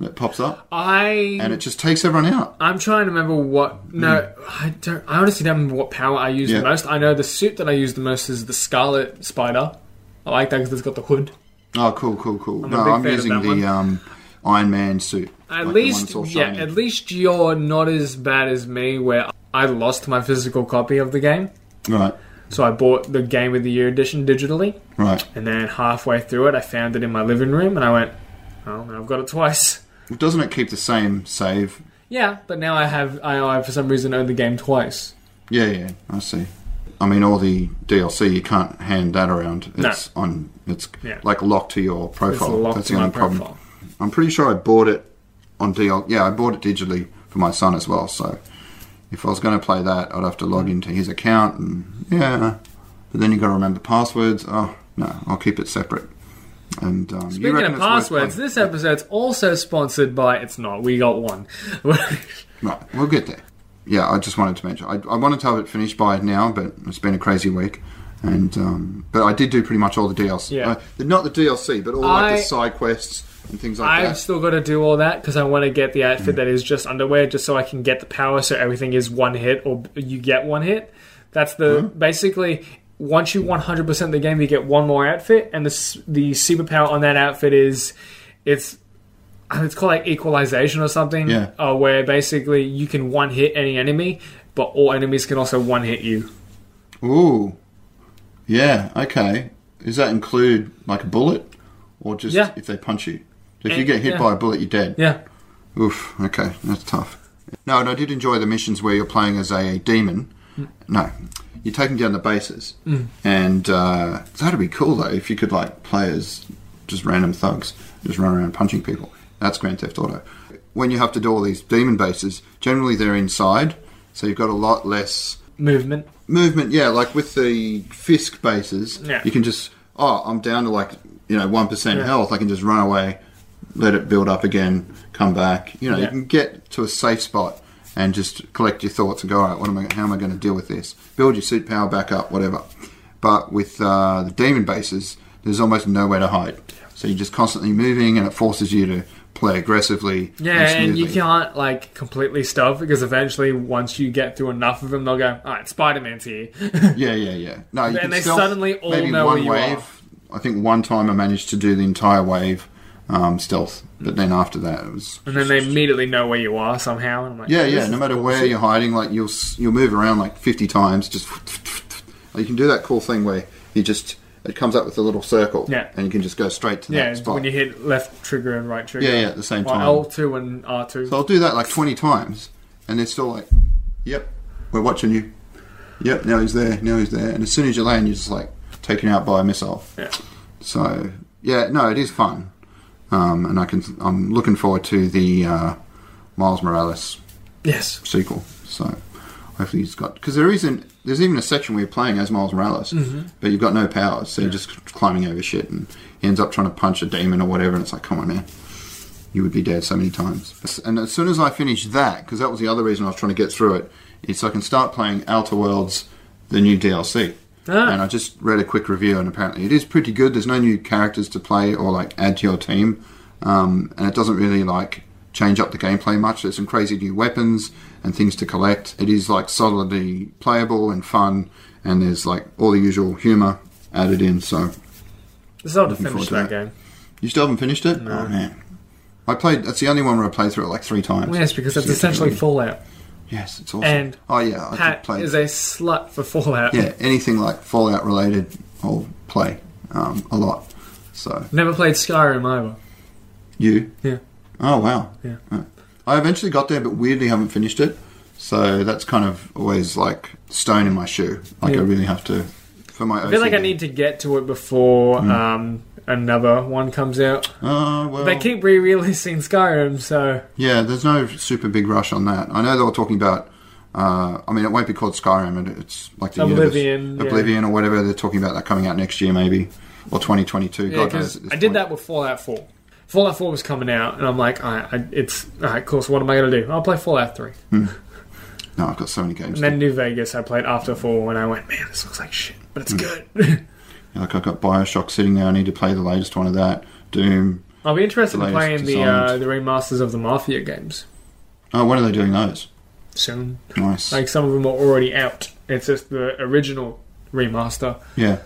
S2: that pops up,
S1: I
S2: and it just takes everyone out.
S1: I'm trying to remember what. No, I don't. I honestly don't remember what power I use
S2: Yeah.
S1: the most. I know the suit that I use the most is the Scarlet Spider. I like that because it's got the hood.
S2: Oh, cool, cool, cool.
S1: a
S2: no,
S1: big
S2: I'm
S1: fan of
S2: using
S1: that
S2: the
S1: one.
S2: um, Iron Man suit.
S1: At
S2: like the one
S1: least,
S2: that's all
S1: yeah.
S2: shiny.
S1: At least you're not as bad as me, where I lost my physical copy of the game.
S2: right,
S1: So I bought the Game of the Year edition digitally,
S2: right.
S1: and then halfway through it, I found it in my living room, and I went, "Oh, now I've got it twice."
S2: Doesn't it keep the same save?
S1: Yeah, but now I have. I, I for some reason own the game twice.
S2: Yeah, yeah. I see. I mean, all the DLC you can't hand that around.
S1: No.
S2: It's on. It's
S1: Yeah.
S2: like locked to your
S1: It's
S2: profile.
S1: locked
S2: That's
S1: to
S2: the
S1: my
S2: only problem.
S1: profile.
S2: I'm pretty sure I bought it on DL. Yeah, I bought it digitally for my son as well. So if I was going to play that, I'd have to
S1: Mm.
S2: log into his account and yeah. But then you got to remember passwords. Oh no, I'll keep it separate. And um, you
S1: Speaking of
S2: reckon it's worth
S1: passwords,
S2: playing-
S1: this episode's also sponsored by. It's not. We got one.
S2: right, we'll get there. Yeah, I just wanted to mention. I, I wanted to have it finished by now, but it's been a crazy week. And um, but I did do pretty much all the DLC.
S1: Yeah.
S2: Uh, not the DLC, but all like
S1: I-
S2: the side quests and things like
S1: I've
S2: that.
S1: still got to do all that because I want to get the outfit that is just underwear, just so I can get the power, so everything is one hit or b- you get one hit. That's the basically once you 100% the game, you get one more outfit, and the s- the superpower on that outfit is it's uh, it's called like equalization or something,
S2: Yeah.
S1: uh, where basically you can one hit any enemy, but all enemies can also one hit you.
S2: Ooh. Yeah, okay. Does that include like a bullet or just
S1: Yeah.
S2: if they punch you? If
S1: Eh,
S2: you get hit
S1: yeah.
S2: by a bullet, you're dead.
S1: Yeah,
S2: Oof, okay, that's tough. No, and I did enjoy the missions where you're playing as a demon.
S1: Mm.
S2: No, you're taking down the bases. And uh, that'd be cool though if you could like play as just random thugs, just run around punching people. That's Grand Theft Auto. When you have to do all these demon bases, generally they're inside, so you've got a lot less
S1: movement.
S2: movement, yeah, like with the Fisk bases,
S1: Yeah.
S2: you can just oh, I'm down to like you know one percent health. I can just run away, let it build up again, come back. You know, you
S1: Yeah.
S2: can get to a safe spot and just collect your thoughts and go, all right, what am I? How am I going to deal with this? Build your suit power back up, whatever. But with uh, the demon bases, there's almost nowhere to hide. So you're just constantly moving, and it forces you to play aggressively.
S1: Yeah, and you
S2: smoothly.
S1: can't like completely stuff because eventually, once you get through enough of them, they'll go, "All right, Spider Man's here."
S2: Yeah, yeah, yeah. No, you
S1: Then
S2: can
S1: they
S2: stealth
S1: suddenly all
S2: maybe
S1: know
S2: one
S1: where you
S2: wave. I think one time I managed to do the entire wave um, stealth. But then after that, it was
S1: And then they immediately know where you are somehow. And I'm like,
S2: yeah,
S1: this
S2: yeah.
S1: is
S2: No matter
S1: cool
S2: where
S1: shit.
S2: you're hiding, like you'll s- you'll move around like 50 times. Just you can do that cool thing where you just it comes up with a little circle,
S1: Yeah.
S2: and you can just go straight to
S1: Yeah,
S2: that
S1: it's
S2: spot.
S1: when you hit left trigger and right trigger.
S2: Yeah, yeah, at the same
S1: Like
S2: time.
S1: L2 and R2.
S2: So I'll do that like 20 times, and they're still like, yep, we're watching you. Yep, now he's there, now he's there. And as soon as you land, you're just like taken out by a missile.
S1: yeah.
S2: So, yeah, no, it is fun. Um, and I can, I'm looking forward to the uh, Miles Morales
S1: Yes.
S2: sequel. So hopefully he's got, because there isn't, there's even a section where you're playing as Miles Morales, but you've got no powers, so you're just climbing over shit and he ends up trying to punch a demon or whatever, and it's like, come on, man you would be dead so many times. And as soon as I finish that, because that was the other reason I was trying to get through it, is I can start playing Outer Worlds, the new DLC.
S1: Ah.
S2: And I just read a quick review, and apparently it is pretty good. There's no new characters to play or like add to your team, um, and it doesn't really like change up the gameplay much. There's some crazy new weapons and things to collect. It is like solidly playable and fun, and there's like all the usual humor added in. So
S1: It's hard to
S2: Looking
S1: finish that
S2: forward to
S1: game.
S2: you still haven't finished it? Oh man. I played that's the only one where I played through it like three times.
S1: Yes, because that's
S2: So-
S1: essentially Fallout.
S2: Yes, it's awesome.
S1: And
S2: oh yeah, I did
S1: Pat
S2: play
S1: is a slut for Fallout.
S2: Yeah, anything like Fallout related I'll play. Um, a lot. So
S1: Never played Skyrim either.
S2: you?
S1: Yeah.
S2: Oh wow.
S1: Yeah.
S2: Oh. I eventually got there but weirdly haven't finished it. So that's kind of always like stone in my shoe. Like
S1: Yeah.
S2: I really have to for my
S1: I feel like I need to get to it before
S2: Hmm.
S1: um, another one comes out.
S2: Oh well
S1: They keep re-releasing Skyrim, so
S2: Yeah, there's no super big rush on that. I know they were talking about. Uh, I mean, it won't be called Skyrim, and it's like the universe-
S1: Oblivion, yeah.
S2: Oblivion, or whatever. They're talking about that coming out next year, maybe, or 2022.
S1: yeah.
S2: God knows.
S1: Because
S2: at this
S1: I did
S2: point.
S1: that with Fallout Four. Fallout Four was coming out, and I'm like, all right, I, it's all right, cool. So what am I gonna do? I'll play Fallout Three,
S2: No, I've got so many games.
S1: and then New Vegas. I played after Four, and I went, man, this looks like shit, but it's
S2: Mm.
S1: good.
S2: Like I've got Bioshock sitting there. I need to play the latest one of that. Doom.
S1: I'll be interested in
S2: Delayed,
S1: playing the
S2: designed.
S1: uh, the remasters of the Mafia games
S2: Oh, when are they doing those?
S1: soon.
S2: Nice.
S1: Like some of them are already out. It's just the original remaster.
S2: yeah,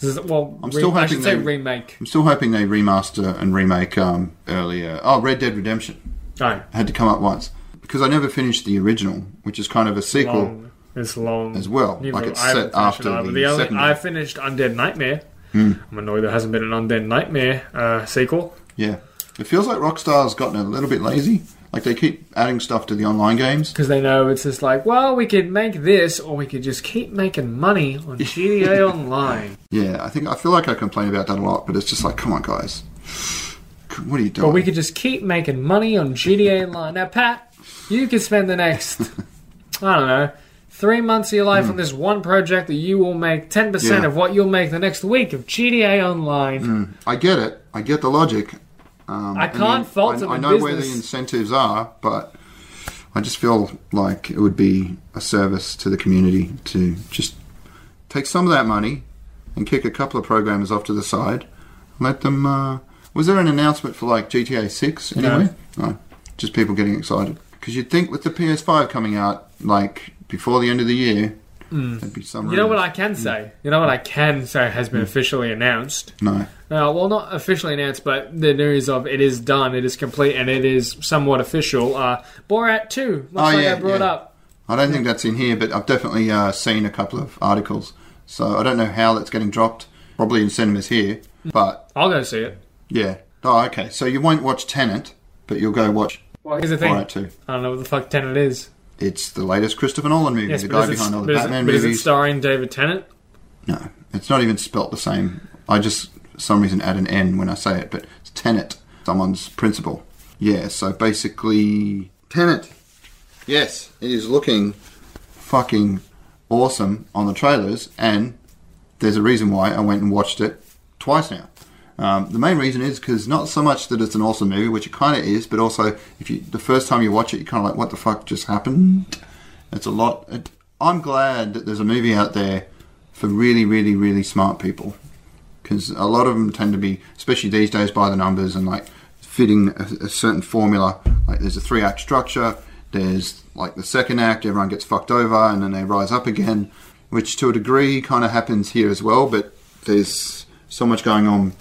S1: This is, well,
S2: I'm still
S1: I
S2: hoping
S1: should say
S2: they-
S1: remake.
S2: I'm still hoping they remaster and remake um, earlier. Oh, Red Dead Redemption
S1: No,
S2: had to come up once because I never finished the original, which is kind of a sequel.
S1: long. It's long
S2: As well,
S1: Neither-
S2: like it's
S1: I haven't
S2: set
S1: finished
S2: after
S1: it either.
S2: the Hmm.
S1: only,
S2: second
S1: I
S2: one.
S1: finished Undead Nightmare. I'm annoyed there hasn't been an Undead Nightmare uh, sequel.
S2: Yeah. It feels like Rockstar's gotten a little bit lazy. Like they keep adding stuff to the online games.
S1: Because they know it's just like, well, we could make this, or we could just keep making money on GTA Online.
S2: Yeah, I think I feel like I complain about that a lot, but it's just like, come on, guys, C- what are you doing?
S1: Or we could just keep making money on GTA Online. Now, Pat, you could spend the next, I don't know, three months of your life on this one project that you will make 10%
S2: Hmm. Yeah.
S1: of what you'll make the next week of GTA Online.
S2: I get it. I get the logic. Um,
S1: I
S2: and
S1: can't
S2: the-
S1: fault
S2: I,
S1: them
S2: I
S1: in
S2: know where the
S1: business.
S2: incentives are, but I just feel like it would be a service to the community to just take some of that money and kick a couple of programmers off to the side. and Let them. Uh, was there an announcement for like GTA Six anyway? No, just people getting excited because you'd think with the PS5 coming out like before the end of the year, there'd be some.
S1: Hmm. You know what I
S2: rumors.
S1: can say? You know what I can say has been officially announced?
S2: No.
S1: No, well, not officially announced, but the news of it is done, it is complete, and it is somewhat official. Uh, Borat 2, much
S2: Oh,
S1: like
S2: yeah,
S1: I brought
S2: yeah.
S1: up.
S2: I don't think that's in here, but I've definitely uh, seen a couple of articles. So I don't know how that's getting dropped. Probably in cinemas here, but
S1: I'll go see it.
S2: yeah. Oh, okay. So you won't watch Tenant, but you'll go watch
S1: Well, here's the thing.
S2: Alright too.
S1: I don't know what the fuck Tenet is.
S2: It's the latest Christopher Nolan movie.
S1: Yes,
S2: the
S1: but
S2: guy
S1: is, it,
S2: behind all
S1: but
S2: the
S1: is it-
S2: Batman
S1: but is it
S2: movies.
S1: starring David Tennant?
S2: no, it's not even spelt the same. I just for some reason add an N when I say it, but it's Tenant, someone's principal. Yeah. So basically, Tenant. Yes, it is looking fucking awesome on the trailers, and there's a reason why I went and watched it twice now. Um, the main reason is because not so much that it's an awesome movie, which it kind of is, but also if you the first time you watch it, you're kind of like, "What the fuck just happened?" It's a lot. It, I'm glad that there's a movie out there for really, really, really smart people because a lot of them tend to be, especially these days, by the numbers and like fitting a, a certain formula. Like there's a three act structure. There's like the second act, everyone gets fucked over, and then they rise up again, which to a degree kind of happens here as well. But there's so much going on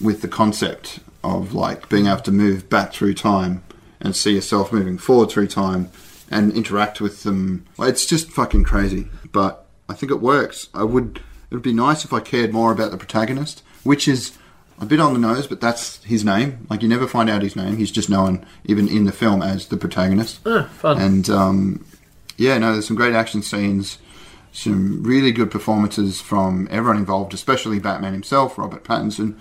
S2: with the concept of like being able to move back through time and see yourself moving forward through time and interact with them. Like, It's just fucking crazy, but I think it works. I would. It would be nice if I cared more about the protagonist, which is a bit on the nose, but that's his name. Like you never find out his name. He's just known even in the film as the protagonist.
S1: fun.
S2: And um, yeah, no, there's some great action scenes, some really good performances from everyone involved, especially Batman himself, Robert Pattinson,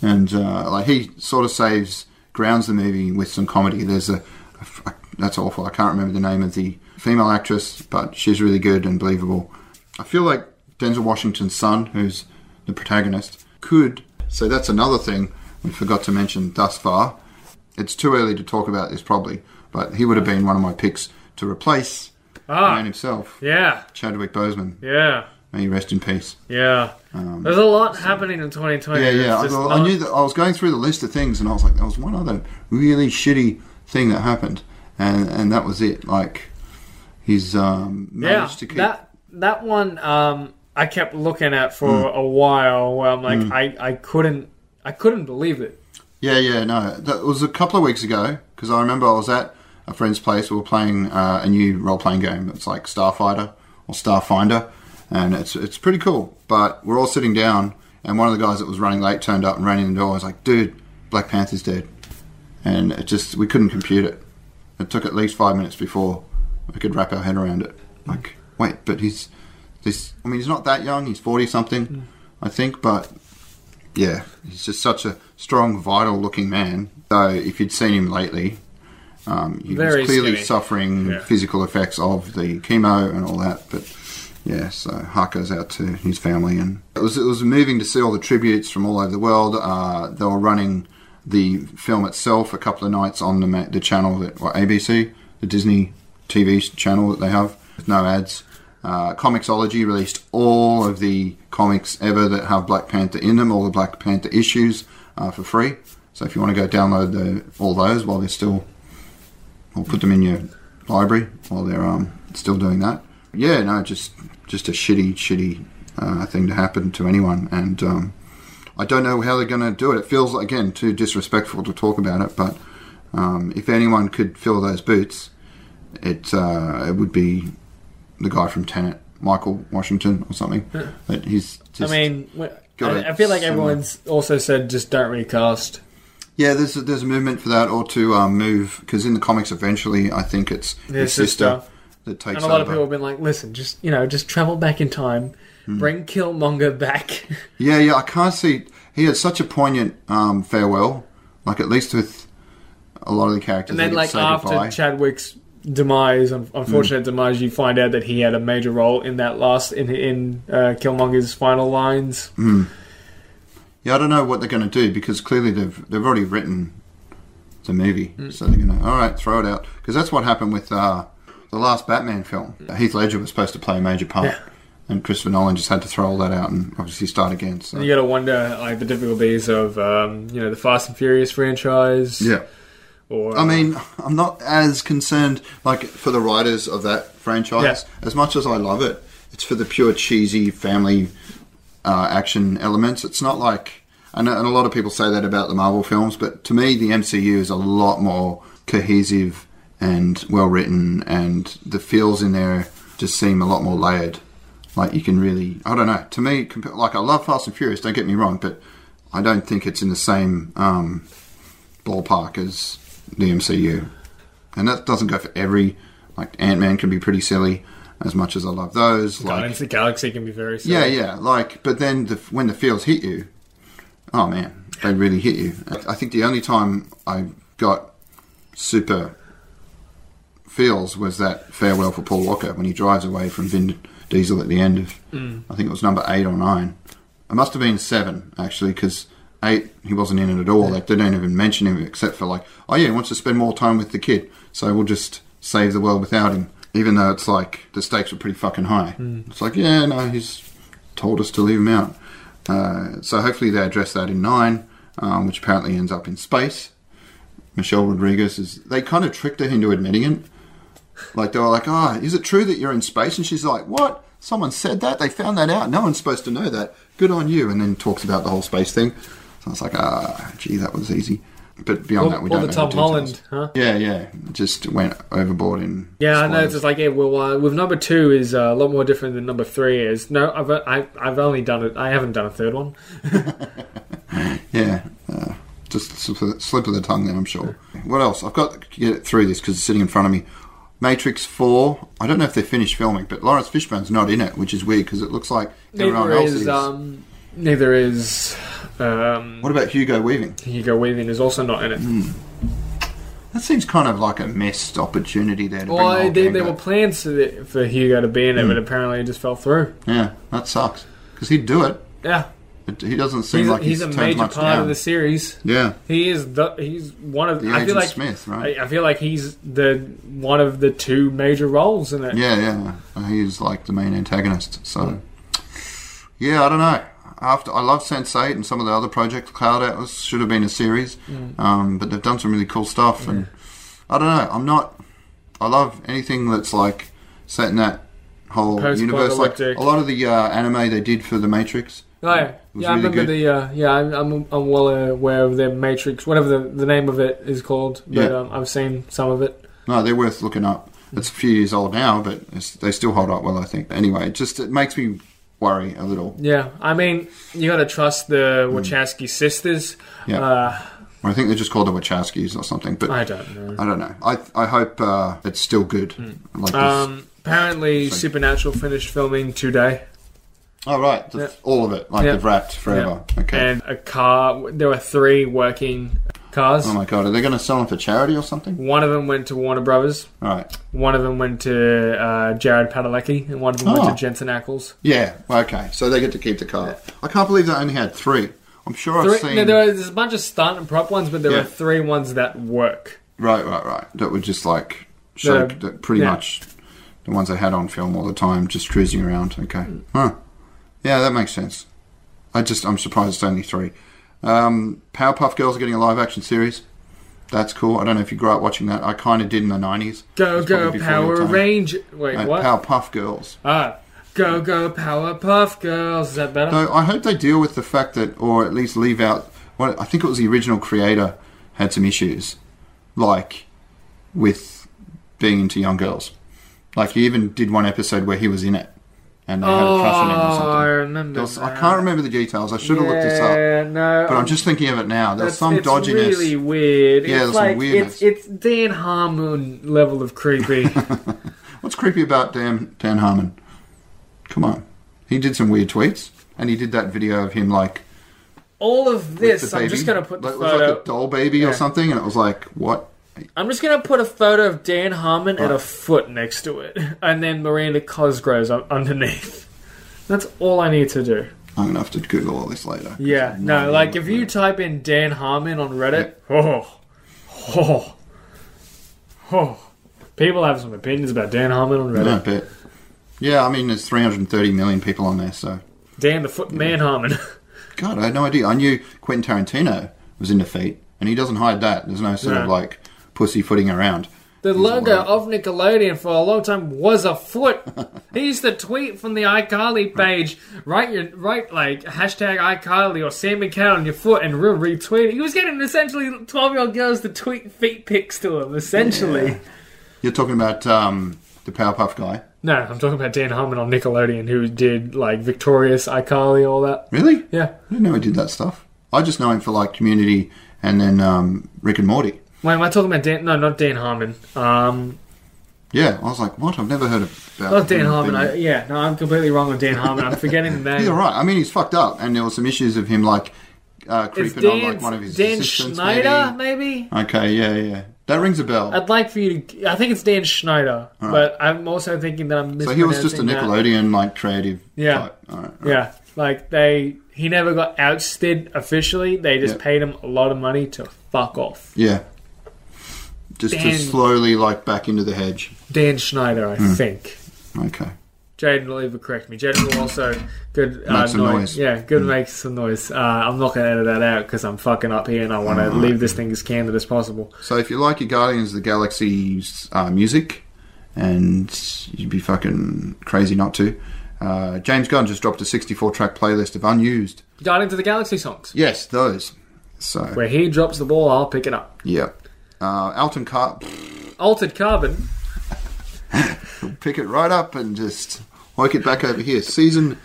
S2: and uh, like he sort of saves grounds the movie with some comedy. There's a, a- that's awful. I can't remember the name of the female actress, but she's really good and believable. I feel like Denzel Washington's son, who's the protagonist, could. So that's another thing we forgot to mention thus far it's too early to talk about this probably, but he would have been one of my picks to replace the
S1: Ah.
S2: man himself,
S1: Yeah,
S2: Chadwick Boseman.
S1: yeah,
S2: May he rest in peace.
S1: yeah. There's a lot happening in 2020.
S2: Um, Yeah, yeah.
S1: It's
S2: I,
S1: just
S2: well,
S1: not-
S2: I knew that I was going through the list of things, and I was like, there was one other really shitty thing that happened, and and that was it. Like he's um,
S1: yeah,
S2: managed to keep.
S1: that that one um, I kept looking at for
S2: Hmm.
S1: a while. Where I'm like, I, I couldn't I couldn't believe it.
S2: Yeah, yeah, no. That was a couple of weeks ago because I remember I was at a friend's place. We were playing uh, a new role playing game. It's like Starfighter or Starfinder, and it's it's pretty cool. But we're all sitting down, and one of the guys that was running late turned up and ran in the door. I was like, "Dude, Black Panther's dead," and it just we couldn't compute it. It took at least five minutes before we could wrap our head around it. Like, wait, but he's this. I mean, he's not that young. He's forty something, I think, but yeah, he's just such a strong, vital looking man. Though, if you'd seen him lately, um, he
S1: Very
S2: was clearly
S1: skinny.
S2: suffering
S1: Yeah.
S2: physical effects of the chemo and all that. But yeah, so heart goes out to his family, and it was it was moving to see all the tributes from all over the world. Uh, they were running the film itself a couple of nights on the ma- the channel that or ABC, the Disney TV channel that they have with no ads. Uh, Comicsology released all of the comics ever that have Black Panther in them, all the Black Panther issues uh, for free. So if you want to go download the, all those while they're still or put them in your library while they're um, still doing that. Yeah, no, just just a shitty, shitty uh, thing to happen to anyone, and um, I don't know how they're going to do it. It feels again too disrespectful to talk about it, but um, if anyone could fill those boots, it uh, it would be the guy from Tenet, Michael Washington, or something. But he's just,
S1: I mean, we-
S2: Got
S1: I,
S2: it.
S1: I feel like
S2: Similar.
S1: everyone's also said just don't recast.
S2: Yeah, there's a, there's a movement for that, or to um, move because in the comics, eventually, I think it's his sister,
S1: sister.
S2: that takes
S1: And a lot of
S2: over.
S1: people have been like, listen, just you know, just travel back in time,
S2: Hmm.
S1: bring Killmonger back.
S2: Yeah, yeah, I can't see. He had such a poignant um, farewell, like at least with a lot of the characters.
S1: And then,
S2: they get to
S1: like
S2: say
S1: after
S2: goodbye.
S1: Chadwick's demise, un- unfortunate
S2: Hmm.
S1: demise, you find out that he had a major role in that last in in uh, Killmonger's final lines.
S2: yeah, I don't know what they're going to do because clearly they've they've already written the movie,
S1: Mm.
S2: so they're going to all right throw it out because that's what happened with uh, the last Batman film. Heath Ledger was supposed to play a major part,
S1: Mm. Yeah.
S2: and Christopher Nolan just had to throw all that out and obviously start again. So
S1: You got to wonder like the difficulties of um, you know the Fast and Furious franchise.
S2: yeah.
S1: Or
S2: I mean, I'm not as concerned like for the writers of that franchise as much as I love it. It's for the pure cheesy family uh, action elements. It's not like, and, and a lot of people say that about the Marvel films, but to me, the MCU is a lot more cohesive and well written, and the feels in there just seem a lot more layered. Like you can really, I don't know. To me, compa- like I love Fast and Furious. Don't get me wrong, but I don't think it's in the same um, ballpark as the MCU. And that doesn't go for every. Like Ant Man can be pretty silly, as much as I love those. Like
S1: Guardians of the Galaxy can be very silly.
S2: yeah, yeah. Like, but then the, when the feels hit you, oh man, they really hit you. I think the only time I got super feels was that farewell for Paul Walker when he drives away from Vin Diesel at the end of, I think it was number eight or nine. It must have been seven actually, because eight he wasn't in it at all. Like they don't even mention him except for like, oh yeah, he wants to spend more time with the kid, so we'll just save the world without him. Even though it's like the stakes were pretty fucking high. It's like yeah, no, he's told us to leave him out. Uh, so hopefully they address that in nine, um, which apparently ends up in space. Michelle Rodriguez is they kind of tricked her into admitting it. Like they were like, "Ah, is it true that you're in space?" And she's like, "What? Someone said that. They found that out. No one's supposed to know that. Good on you." And then talks about the whole space thing. So I was like, ah, gee, that was easy. But beyond
S1: Or,
S2: that,
S1: or
S2: we don't
S1: the
S2: know
S1: Tom
S2: details.
S1: Holland, huh?
S2: Yeah, yeah, just went overboard in.
S1: Yeah, I know. It's
S2: spoilers.
S1: just like yeah. Well, uh, with number two is uh, a lot more different than number three is. No, I've I, I've only done it. I haven't done a third one.
S2: Yeah, uh, just slip of, the, slip of the tongue there, I'm sure. What else? I've got to get it through this because it's sitting in front of me. Matrix 4. I don't know if they're finished filming, but Lawrence Fishburne's not in it, which is weird because it looks like everyone
S1: Neither
S2: else
S1: is,
S2: is.
S1: um, neither is um,
S2: what about Hugo Weaving?
S1: Hugo Weaving is also not in it.
S2: Hmm, That seems kind of like a missed opportunity there. To bring the
S1: Well,
S2: whole
S1: there,
S2: gang
S1: there
S2: back.
S1: were plans to the, for Hugo to be in it,
S2: Hmm.
S1: but apparently it just fell through.
S2: Yeah, that sucks because he'd do it.
S1: Yeah,
S2: But He doesn't seem
S1: he's,
S2: like
S1: he's
S2: he's,
S1: a
S2: turned
S1: major
S2: much
S1: part
S2: down.
S1: of the series.
S2: Yeah,
S1: He is the he's one of
S2: the
S1: I feel
S2: Agent
S1: like
S2: Smith, right?
S1: I, I feel like he's the one of the two major roles in it.
S2: Yeah, yeah. Uh, He's like the main antagonist. So, yeah, I don't know. After I love Sense8 and some of the other projects, Cloud Atlas should have been a series,
S1: Mm.
S2: um, but they've done some really cool stuff. And I don't know. I'm not. I love anything that's like set in that whole universe. Like
S1: Post-apocalyptic.
S2: a lot of the uh, anime they did for the Matrix.
S1: Oh, yeah,
S2: was
S1: yeah I
S2: really
S1: remember
S2: good.
S1: the uh, yeah. I'm, I'm I'm well aware of the Matrix, whatever the, the name of it is called. But
S2: Yeah.
S1: um, I've seen some of it.
S2: No, they're worth looking up.
S1: Mm.
S2: It's a few years old now, but it's, they still hold up well, I think. Anyway, it just it makes me worry a little.
S1: Yeah, I mean you got to trust the Wachowski sisters.
S2: Hmm. Yeah.
S1: Uh,
S2: I think they're just called the Wachowskis or something. But
S1: I don't know.
S2: I don't know. I I hope uh, it's still good. Like this.
S1: Hmm. Um, apparently,
S2: Thank-
S1: Supernatural finished filming today,
S2: oh right, the, all of it. Like
S1: Yeah.
S2: they've wrapped forever. Okay.
S1: and a car. There were three working cars.
S2: oh my god, are they going to sell them for charity or something?
S1: One of them went to Warner Brothers.
S2: All right.
S1: One of them went to uh, Jared Padalecki, and one of them went
S2: Oh.
S1: to Jensen Ackles.
S2: Yeah. well, Okay. So they get to keep the car. I can't believe they only had three. I'm sure I've
S1: Three,
S2: seen.
S1: no, there are, there's a bunch of stunt and prop ones, but there
S2: Yeah.
S1: are three ones that work.
S2: Right, right, right. That would just like show
S1: The-
S2: that pretty
S1: yeah.
S2: much the ones they had on film all the time, just cruising around. Okay.
S1: Hmm.
S2: Huh. Yeah, that makes sense. I just I'm surprised it's only three. Um, Powerpuff Girls are getting a live action series. That's cool. I don't know if you grew up watching that. I kind of did in the nineties.
S1: Go go Power Ranger. Wait,
S2: Uh,
S1: what?
S2: Powerpuff Girls.
S1: ah, go go Powerpuff Girls. Is that better?
S2: No, I hope they deal with the fact that, or at least leave out. Well, I think it was the original creator had some issues, like with being into young girls. Like he even did one episode where he was in it, and they had a
S1: oh,
S2: crush on him or something.
S1: I
S2: There
S1: remember.
S2: was- I
S1: that.
S2: can't remember the details. I should have looked this up,
S1: Yeah, no.
S2: but I'm just thinking of it now. There was some
S1: it's
S2: dodginess.
S1: really weird.
S2: Yeah,
S1: it's
S2: there's some
S1: like
S2: weirdness.
S1: it's it's Dan Harmon level of creepy.
S2: What's creepy about Dan Dan Harmon? Come on, he did some weird tweets, and he did that video of him like
S1: All of
S2: with
S1: this,
S2: the
S1: I'm
S2: baby.
S1: just gonna put the
S2: Like, it was like
S1: photo.
S2: a doll baby
S1: Yeah.
S2: or something, and it was like what.
S1: I'm just gonna put a photo of Dan Harmon and a foot next to it, and then Miranda Cosgrove's un- underneath. That's all I need to do.
S2: I'm gonna have to Google all this later.
S1: Yeah, no, like if you type in Dan Harmon on Reddit, oh, oh, oh, people have some opinions about Dan Harmon on Reddit.
S2: Yeah, I bet. Yeah, I mean, there's 330 million people on there, so.
S1: Dan the foot man Harmon.
S2: God, I had no idea. I knew Quentin Tarantino was into feet, and he doesn't hide that. There's no sort
S1: No.
S2: of like pussyfooting around.
S1: The logo
S2: wild.
S1: of Nickelodeon for a long time was a foot. he used to tweet from the iCarly page, write your write like hashtag iCarly or Sam McCown on your foot and we'll retweet it. He was getting essentially twelve year old girls to tweet feet pics to him, essentially.
S2: You're talking about um, the Powerpuff guy.
S1: No, I'm talking about Dan Harmon on Nickelodeon who did like Victorious, iCarly, all that.
S2: Really?
S1: Yeah.
S2: I didn't know he did that stuff. I just know him for like Community and then um, Rick and Morty.
S1: Wait, am I talking about Dan no, not Dan Harmon. Um
S2: Yeah, I was like, what? I've never heard of. About
S1: not Dan
S2: him
S1: Harmon,
S2: being-
S1: I, yeah, no, I'm completely wrong with Dan Harmon. I'm forgetting the name.
S2: He's all right. I mean, he's fucked up, and there were some issues of him like uh,
S1: It's
S2: creeping
S1: Dan,
S2: on like one of his
S1: Dan
S2: assistants.
S1: Schneider,
S2: maybe.
S1: maybe?
S2: Okay, yeah, yeah, that rings a bell.
S1: I'd like for you to. I think it's Dan Schneider, but I'm also thinking that I'm
S2: so he was just a
S1: mispronouncing that.
S2: Nickelodeon like creative.
S1: Yeah.
S2: type. All right, all right.
S1: Yeah, like they. He never got ousted officially. They just
S2: Yeah.
S1: paid him a lot of money to fuck off.
S2: yeah. Just
S1: Dan-
S2: to slowly like back into the hedge.
S1: Dan Schneider, I
S2: Hmm.
S1: think.
S2: Okay.
S1: Jaden will either correct me. Jaden will also good uh,
S2: Make some noise. Hmm.
S1: Yeah, good make some noise. Uh, I'm not going to edit that out because I'm fucking up here and I want to leave this thing as candid as possible.
S2: So if you like your Guardians of the Galaxy's uh, music, and you'd be fucking crazy not to, Uh, James Gunn just dropped a 64 track playlist of unused.
S1: Guardians of the Galaxy songs.
S2: Yes, those. So,
S1: Where he drops the ball, I'll pick it up.
S2: yeah. Uh, Alton Car,
S1: Altered Carbon.
S2: pick it right up and just hike it back over here. Season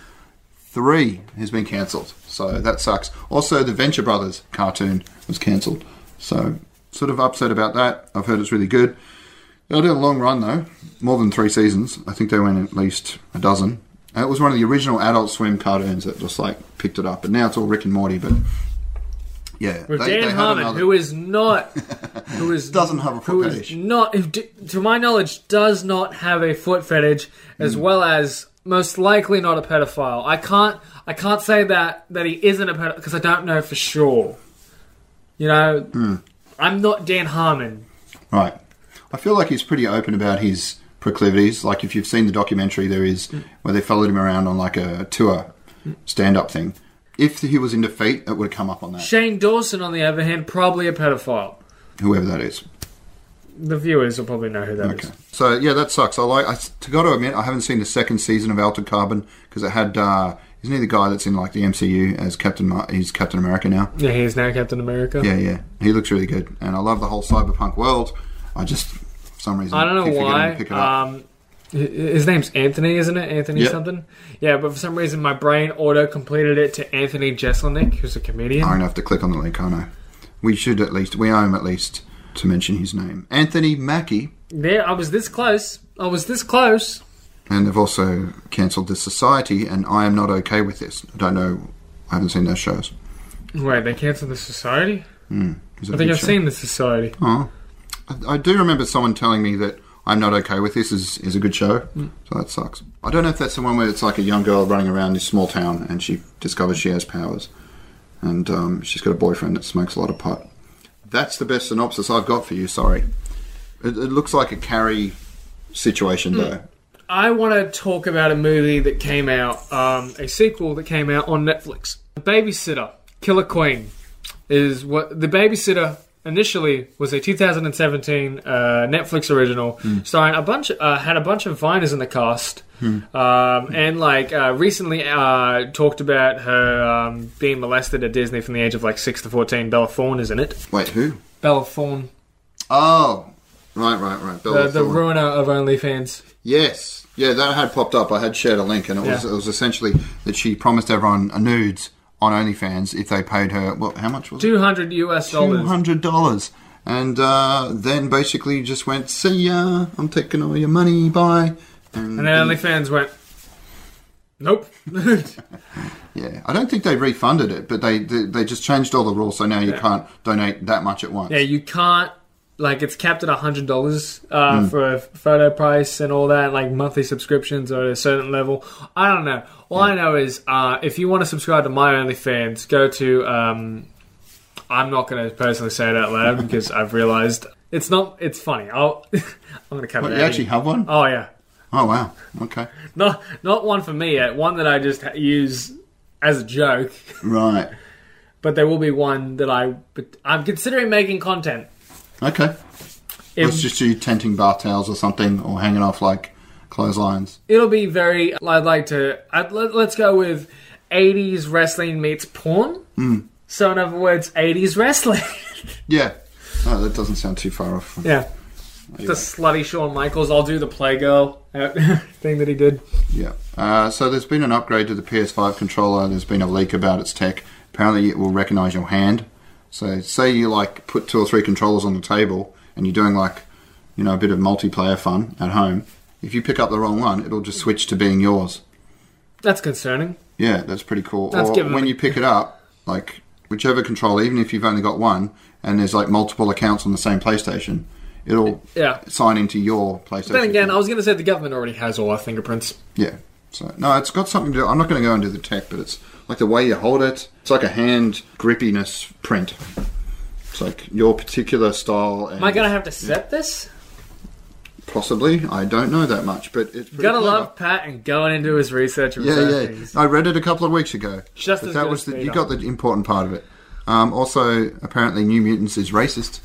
S2: three has been cancelled, so that sucks. Also, the Venture Brothers cartoon was cancelled, so sort of upset about that. I've heard it's really good. They did a long run though, more than three seasons. I think they went at least a dozen. And It was one of the original Adult Swim cartoons that just like picked it up, and now it's all Rick and Morty. But yeah,
S1: With
S2: they- they
S1: Dan
S2: had
S1: Harmon,
S2: another-
S1: who is not, who is
S2: Doesn't have a foot
S1: who is
S2: fetish.
S1: not, who d- to my knowledge, does not have a foot fetish, as
S2: Hmm.
S1: well as most likely not a pedophile. I can't, I can't say that that he isn't a pedophile because I don't know for sure. You know,
S2: Hmm.
S1: I'm not Dan Harmon.
S2: Right. I feel like he's pretty open about his proclivities. Like if you've seen the documentary, there is
S1: Mm.
S2: where they followed him around on like a tour stand-up thing. If he was in defeat, it would have come up on that.
S1: Shane Dawson, on the other hand, probably a pedophile.
S2: Whoever that is.
S1: The viewers will probably know who that is.
S2: Okay. So yeah, that sucks. I like. I to got to admit, I haven't seen the second season of Altered Carbon because it had. Uh, isn't he the guy that's in like the MCU as Captain? Mar- he's Captain America now.
S1: Yeah, he is now Captain America.
S2: Yeah, yeah. He looks really good, and I love the whole cyberpunk world. I just, for some reason,
S1: I don't
S2: keep
S1: know
S2: forgetting to
S1: why.
S2: pick it up.
S1: Um, hi- his name's Anthony, isn't it? Anthony
S2: Yep.
S1: something. Yeah, but for some reason my brain auto completed it to Anthony Jeselnik, who's a comedian.
S2: I don't have to click on the link, I know. We should at least, we owe him at least to mention his name. Anthony Mackie,
S1: There, I was this close. I was this close.
S2: and they've also cancelled The Society, and I am not okay with this. I don't know, I haven't seen those shows.
S1: Wait, they canceled the society.
S2: Is it
S1: I
S2: a
S1: think
S2: good
S1: I've
S2: show?
S1: seen the society.
S2: Oh. I, I do remember someone telling me that I'm Not Okay With This is, is a good show,
S1: Mm.
S2: so that sucks. I don't know if that's the one where it's like a young girl running around this small town and she discovers she has powers, and um, she's got a boyfriend that smokes a lot of pot. That's the best synopsis I've got for you, sorry. It, it looks like a carry
S1: Mm.
S2: situation, though.
S1: I want to talk about a movie that came out, um, a sequel that came out on Netflix. The Babysitter, Killer Queen, is what the Babysitter initially was a 2017 uh, Netflix original,
S2: Hmm.
S1: starring a bunch uh, had a bunch of viners in the cast,
S2: Hmm.
S1: um, and like uh, recently uh, talked about her um, being molested at Disney from the age of like six to 14. Bella Thorne is in it.
S2: Wait, who?
S1: Bella Thorne,
S2: Oh, right, right, right. Bella
S1: the, the
S2: Thorne.
S1: ruiner of OnlyFans.
S2: Yes, yeah, that had popped up. I had shared a link, and it was
S1: Yeah.
S2: it was essentially that she promised everyone a nudes on OnlyFans if they paid her. Well, how much was it?
S1: 200 US
S2: Two
S1: dollars.
S2: hundred dollars, and uh, then basically just went, "See ya, I'm taking all your money, bye."
S1: And then OnlyFans went, nope.
S2: Yeah, I don't think they refunded it, but they they, they just changed all the rules, so now you can't donate that much at once.
S1: yeah, you can't. Like it's capped at hundred dollars uh, for a photo price and all that, like monthly subscriptions are at a certain level. I don't know. All I know is uh, if you want to subscribe to my OnlyFans, go to. Um, I'm not going to personally say it out loud because I've realized it's not. It's funny. I'll, I'm going to cut
S2: But
S1: it.
S2: you
S1: out
S2: actually
S1: here.
S2: have one?
S1: Oh yeah.
S2: Oh wow, okay,
S1: Not not one for me yet. One that I just ha- use as a joke.
S2: right,
S1: but there will be one that I. But I'm considering making content.
S2: okay.
S1: It,
S2: It's just you tenting bar towels or something, or hanging off like clotheslines.
S1: it'll be very. I'd like to. I'd, let, let's go with 80s wrestling meets porn.
S2: Hmm.
S1: So in other words, 80s wrestling.
S2: Yeah. Oh, that doesn't sound too far off.
S1: yeah. The slutty Shawn Michaels. I'll do the Playgirl uh, thing that he did.
S2: Yeah. Uh, so there's been an upgrade to the PS5 controller. There's been a leak about its tech. Apparently, it will recognize your hand. So, say you like put two or three controllers on the table, and you're doing like, you know, a bit of multiplayer fun at home. If you pick up the wrong one, it'll just switch to being yours.
S1: That's concerning.
S2: Yeah, that's pretty cool.
S1: That's
S2: or
S1: given-
S2: when you pick it up, like whichever controller, even if you've only got one, and there's like multiple accounts on the same PlayStation, it'll
S1: Yeah.
S2: sign into your PlayStation.
S1: Then again,
S2: account.
S1: I was going to say the government already has all our fingerprints.
S2: Yeah. So no, it's got something to. I'm not going to go into the tech, but it's like the way you hold it. It's like a hand grippiness print. It's like your particular style. And
S1: Am I going to have to set this?
S2: possibly? I don't know that much, but it's pretty
S1: Gotta
S2: clever.
S1: love Pat and going into his research and
S2: Yeah, yeah.
S1: research things.
S2: I read it a couple of weeks ago.
S1: Just
S2: but
S1: as
S2: that
S1: good
S2: was
S1: as
S2: the,
S1: Speed
S2: you
S1: Up.
S2: got the important part of it. Um, also, apparently, New Mutants is racist.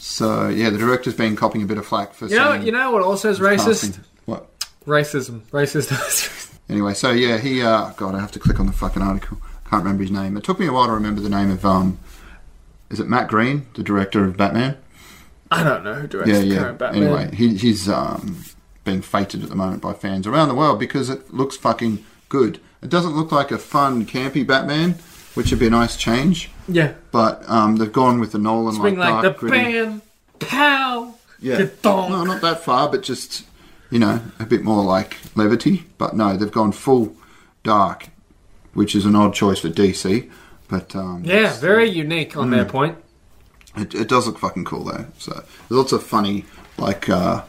S2: So yeah, the director's been copying a bit of flack for
S1: You know,
S2: saying
S1: you know what also is racist?
S2: casting- What?
S1: Racism. Racist.
S2: Anyway, so yeah, he. Uh, God, I have to click on the fucking article. Can't remember his name. It took me a while to remember the name of. Um, is it Matt Green, the director of Batman?
S1: I don't know who directs
S2: Yeah,
S1: the
S2: yeah.
S1: current Batman.
S2: Anyway, he, he's um, being feted at the moment by fans around the world because it looks fucking good. It doesn't look like a fun, campy Batman, which would be a nice change.
S1: yeah,
S2: But um, they've gone with the Nolan
S1: swing
S2: like
S1: like,
S2: dark,
S1: the
S2: gritty.
S1: bam, pow,
S2: Yeah.
S1: ka-thonk.
S2: No, not that far, but just, you know, a bit more like levity. But no, they've gone full dark, which is an odd choice for DC. But um,
S1: Yeah,
S2: it's-
S1: very unique on
S2: Mm.
S1: their point.
S2: it, it does look fucking cool though. So there's lots of funny like uh,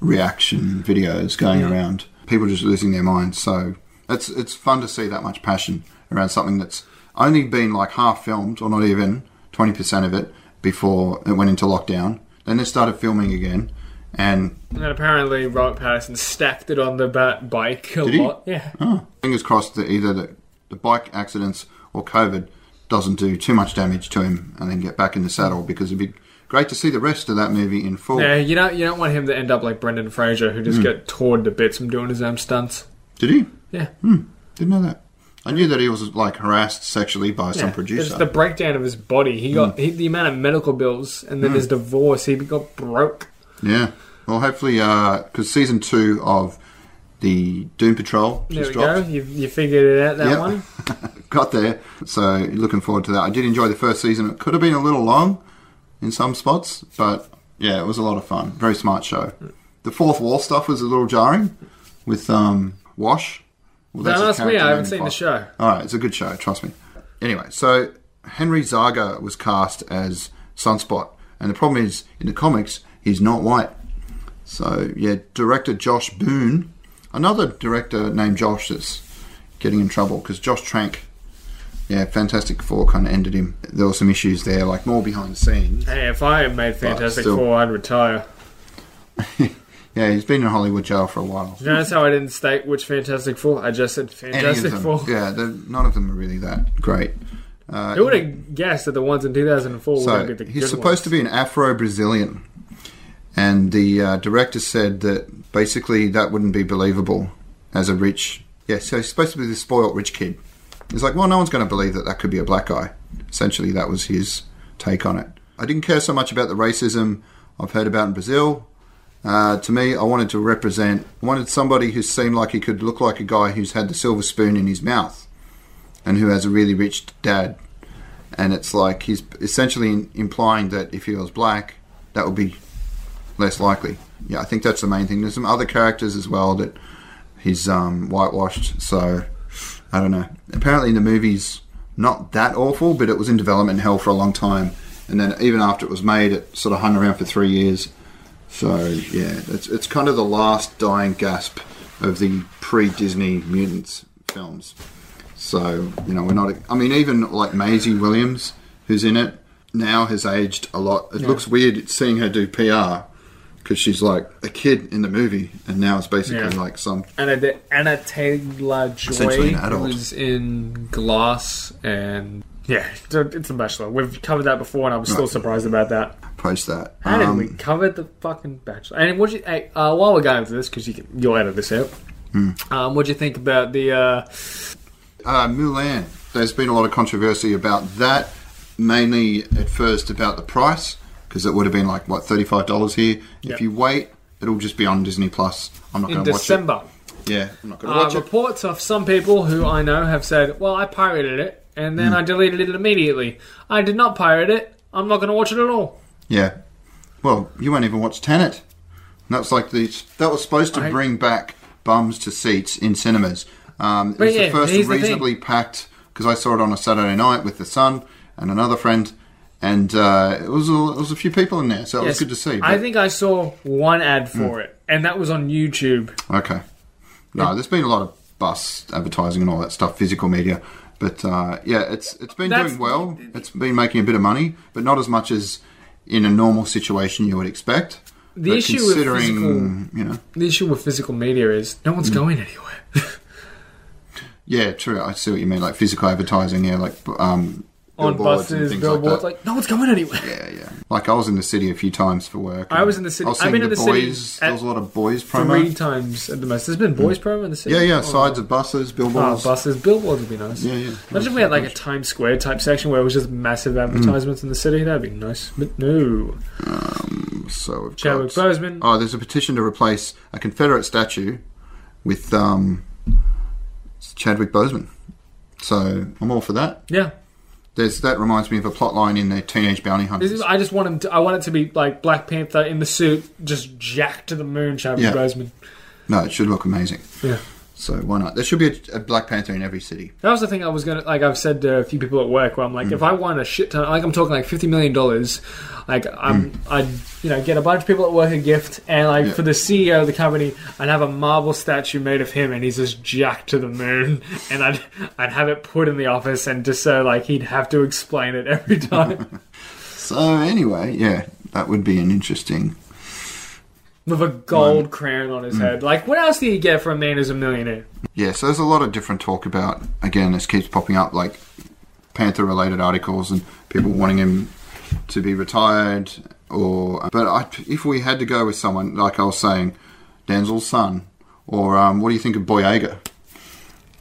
S2: reaction videos going around. People just losing their minds. So it's it's fun to see that much passion around something that's only been like half filmed or not even twenty percent of it before it went into lockdown. Then they started filming again, and
S1: And apparently, Robert Patterson stacked it on the bat bike a
S2: Did he?
S1: lot. Yeah.
S2: oh, fingers crossed that either the, the bike accidents or COVID doesn't do too much damage to him, and then get back in the saddle because it'd be great to see the rest of that movie in full.
S1: Yeah, you don't you don't want him to end up like Brendan Fraser, who
S2: Mm.
S1: just got torn to bits from doing his own stunts.
S2: Did he?
S1: Yeah,
S2: Hmm. Didn't know that. I knew that he was like harassed sexually by
S1: yeah.
S2: some
S1: It's
S2: producer. Mm.
S1: the breakdown of his body. He got he, the amount of medical bills, and then his divorce. He got broke.
S2: yeah. Well, hopefully, because season two of the Doom Patrol
S1: There
S2: just
S1: we
S2: dropped.
S1: go. You, you figured it out that
S2: Yep.
S1: one.
S2: Got there. So looking forward to that. I did enjoy the first season. It could have been a little long in some spots, but yeah, it was a lot of fun. Very smart show. The fourth wall stuff was a little jarring with um, Wash. Well,
S1: Don't ask
S2: his
S1: me.
S2: character
S1: I haven't
S2: name in
S1: seen the
S2: Fox.
S1: show.
S2: All right, it's a good show, trust me. Anyway, so Henry Zaga was cast as Sunspot, and the problem is in the comics he's not white. So yeah, director Josh Boone, another director named Josh that's getting in trouble because Josh Trank, yeah, Fantastic Four kind of ended him. There were some issues there, like more behind the scenes.
S1: Hey, if I had made Fantastic
S2: still.
S1: Four, I'd retire.
S2: Yeah, he's been in Hollywood jail for a while.
S1: You notice how I didn't state which Fantastic Four? I just said
S2: Any of
S1: Fantastic
S2: them-
S1: Four.
S2: yeah, they're- none of them are really that great.
S1: Who would have guessed that the ones in 2004 were
S2: So
S1: going to be the
S2: he's
S1: good
S2: supposed
S1: ones?
S2: to be an Afro Brazilian, and the uh, director said that basically that wouldn't be believable as a rich. Yeah, so he's supposed to be this spoiled rich kid. He's like, well, no one's going to believe that that could be a black guy. Essentially, that was his take on it. I didn't care so much about the racism I've heard about in Brazil. Uh, to me, I wanted to represent, I wanted somebody who seemed like he could look like a guy who's had the silver spoon in his mouth and who has a really rich dad and it's like he's essentially in, implying that if he was black, that would be less likely. Yeah, I think that's the main thing. There's some other characters as well that he's um, whitewashed, so I don't know. Apparently, the movie's not that awful, but it was in development hell for a long time, and then even after it was made, it sort of hung around for three years. So yeah, it's it's kind of the last dying gasp of the pre-Disney mutants films. So you know, we're not. I mean, even like Maisie Williams, who's in it now, has aged a lot. It looks weird seeing her do PR because she's like a kid in the movie, and now it's basically
S1: Yeah.
S2: like some.
S1: Anna, De- Anna Taylor
S2: Essentially
S1: Joy
S2: an adult.
S1: was in Glass and yeah, it's The Bachelor. We've covered that before, and I'm still surprised about that.
S2: Post that.
S1: How
S2: Um,
S1: did we cover the fucking Bachelor? And what you, hey, uh, while we're going through this, because you can, you'll edit this out.
S2: Hmm.
S1: Um, what do you think about the? Uh,
S2: uh, Mulan. There's been a lot of controversy about that, mainly at first about the price because it would have been like what thirty five dollars here.
S1: Yeah.
S2: If you wait, it'll just be on Disney Plus. I'm not
S1: in
S2: going to watch it.
S1: December,
S2: Yeah, I'm not going to
S1: uh,
S2: watch it.
S1: reports of some people who I know have said, "Well, I pirated it and
S2: Hmm.
S1: then I deleted it immediately. I did not pirate it. I'm not going to watch it at all."
S2: Yeah. Well, you won't even watch Tenet. And that's like the that was supposed to
S1: I-
S2: bring back bums to seats in cinemas. Um, it was
S1: yeah,
S2: the first
S1: here's the thing.
S2: reasonably packed because I saw it on a Saturday night with the son and another friend, and uh, it was a, it was a few people in there, so it was good to see.
S1: I
S2: but- Hmm.
S1: think I saw one ad for it, and that was on YouTube.
S2: Okay. No, there's been a lot of bus advertising and all that stuff, physical media. But uh, yeah, it's it's been
S1: That's-
S2: doing well. It's been making a bit of money, but not as much as in a normal situation you would expect.
S1: The
S2: But
S1: issue with
S2: you know,
S1: The issue with physical media is no
S2: Hmm.
S1: one's going anywhere.
S2: yeah, true. I see what you mean, like physical advertising. Yeah, like um,
S1: on
S2: Billboards and
S1: buses,
S2: things like
S1: billboards.
S2: that.
S1: Like, no one's going anywhere.
S2: Yeah, yeah. Like I was in the city a few times for work.
S1: I
S2: and
S1: was in the city-
S2: I was
S1: I've been
S2: seeing the
S1: in the city
S2: boys.
S1: at
S2: there was a lot of boys promo. Hmm.
S1: Three times at the most. There's been boys' promo in the city. Oh,
S2: Yeah, yeah. Sides of buses,
S1: Ah,
S2: billboards.
S1: buses, billboards would be nice.
S2: Yeah, Hmm. yeah.
S1: Imagine if we had like a Times Square type section where it was just massive advertisements in the city. That'd be nice. But no,
S2: So we've
S1: Chadwick
S2: got-
S1: Boseman.
S2: Oh, there's a petition to replace a Confederate statue with um, Chadwick Boseman. So I'm all for that.
S1: yeah,
S2: There's that reminds me of a plot line in the Teenage Bounty
S1: This
S2: Hunters.
S1: is- I just want him. To, I want it to be like Black Panther in the suit, just jacked to the moon. Chadwick
S2: Yeah.
S1: Boseman.
S2: No, it should look amazing.
S1: Yeah.
S2: So why not? There should be a, a Black Panther in every city.
S1: That was the thing I was gonna like. I've said to a few people at work where I'm
S2: Mm.
S1: like, if I won a shit ton, like I'm talking like fifty million dollars, like I'm, I'd you know get a bunch of people at work a gift, and like
S2: Mm. Yeah.
S1: for the CEO of the company, I'd have a marble statue made of him, and he's just jacked to the moon, and I'd I'd have it put in the office, and just so like he'd have to explain it every time
S2: So anyway, yeah, that would be an interesting.
S1: with a gold crown on his
S2: Mm.
S1: head. Like, what else do you get for a man who's a millionaire?
S2: Yeah, so there's a lot of different talk about. Again, this keeps popping up like Panther related articles and people wanting him to be retired. Or, but I, if we had to go with someone, like I was saying, Denzel's son, or um, what do you think of Boyega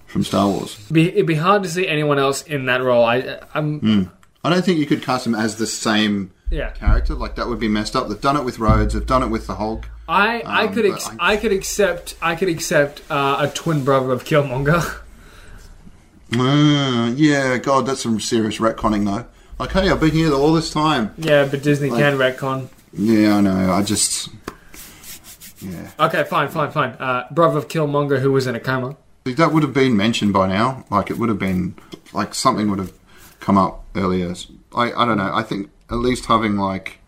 S2: from Star Wars?
S1: Be, it'd be hard to see anyone else in that role. I I'm
S2: Hmm. I don't think you could cast him as the same
S1: yeah.
S2: character. Like that would be messed up. They've done it with Rhodes. They've done it with the Hulk.
S1: I, I
S2: Um,
S1: could
S2: but
S1: ex- I,
S2: I-
S1: could accept I could accept uh, a twin brother of Killmonger.
S2: Uh, yeah, God, that's some serious retconning though. Like, hey, I've been here all this time.
S1: yeah, but Disney can retcon.
S2: Yeah, I know. I just, yeah,
S1: Okay, fine, fine, fine. Uh, brother of Killmonger who was in a coma.
S2: Like, that would have been mentioned by now. Like, it would have been like something would have come up earlier. I, I don't know. I think at least having like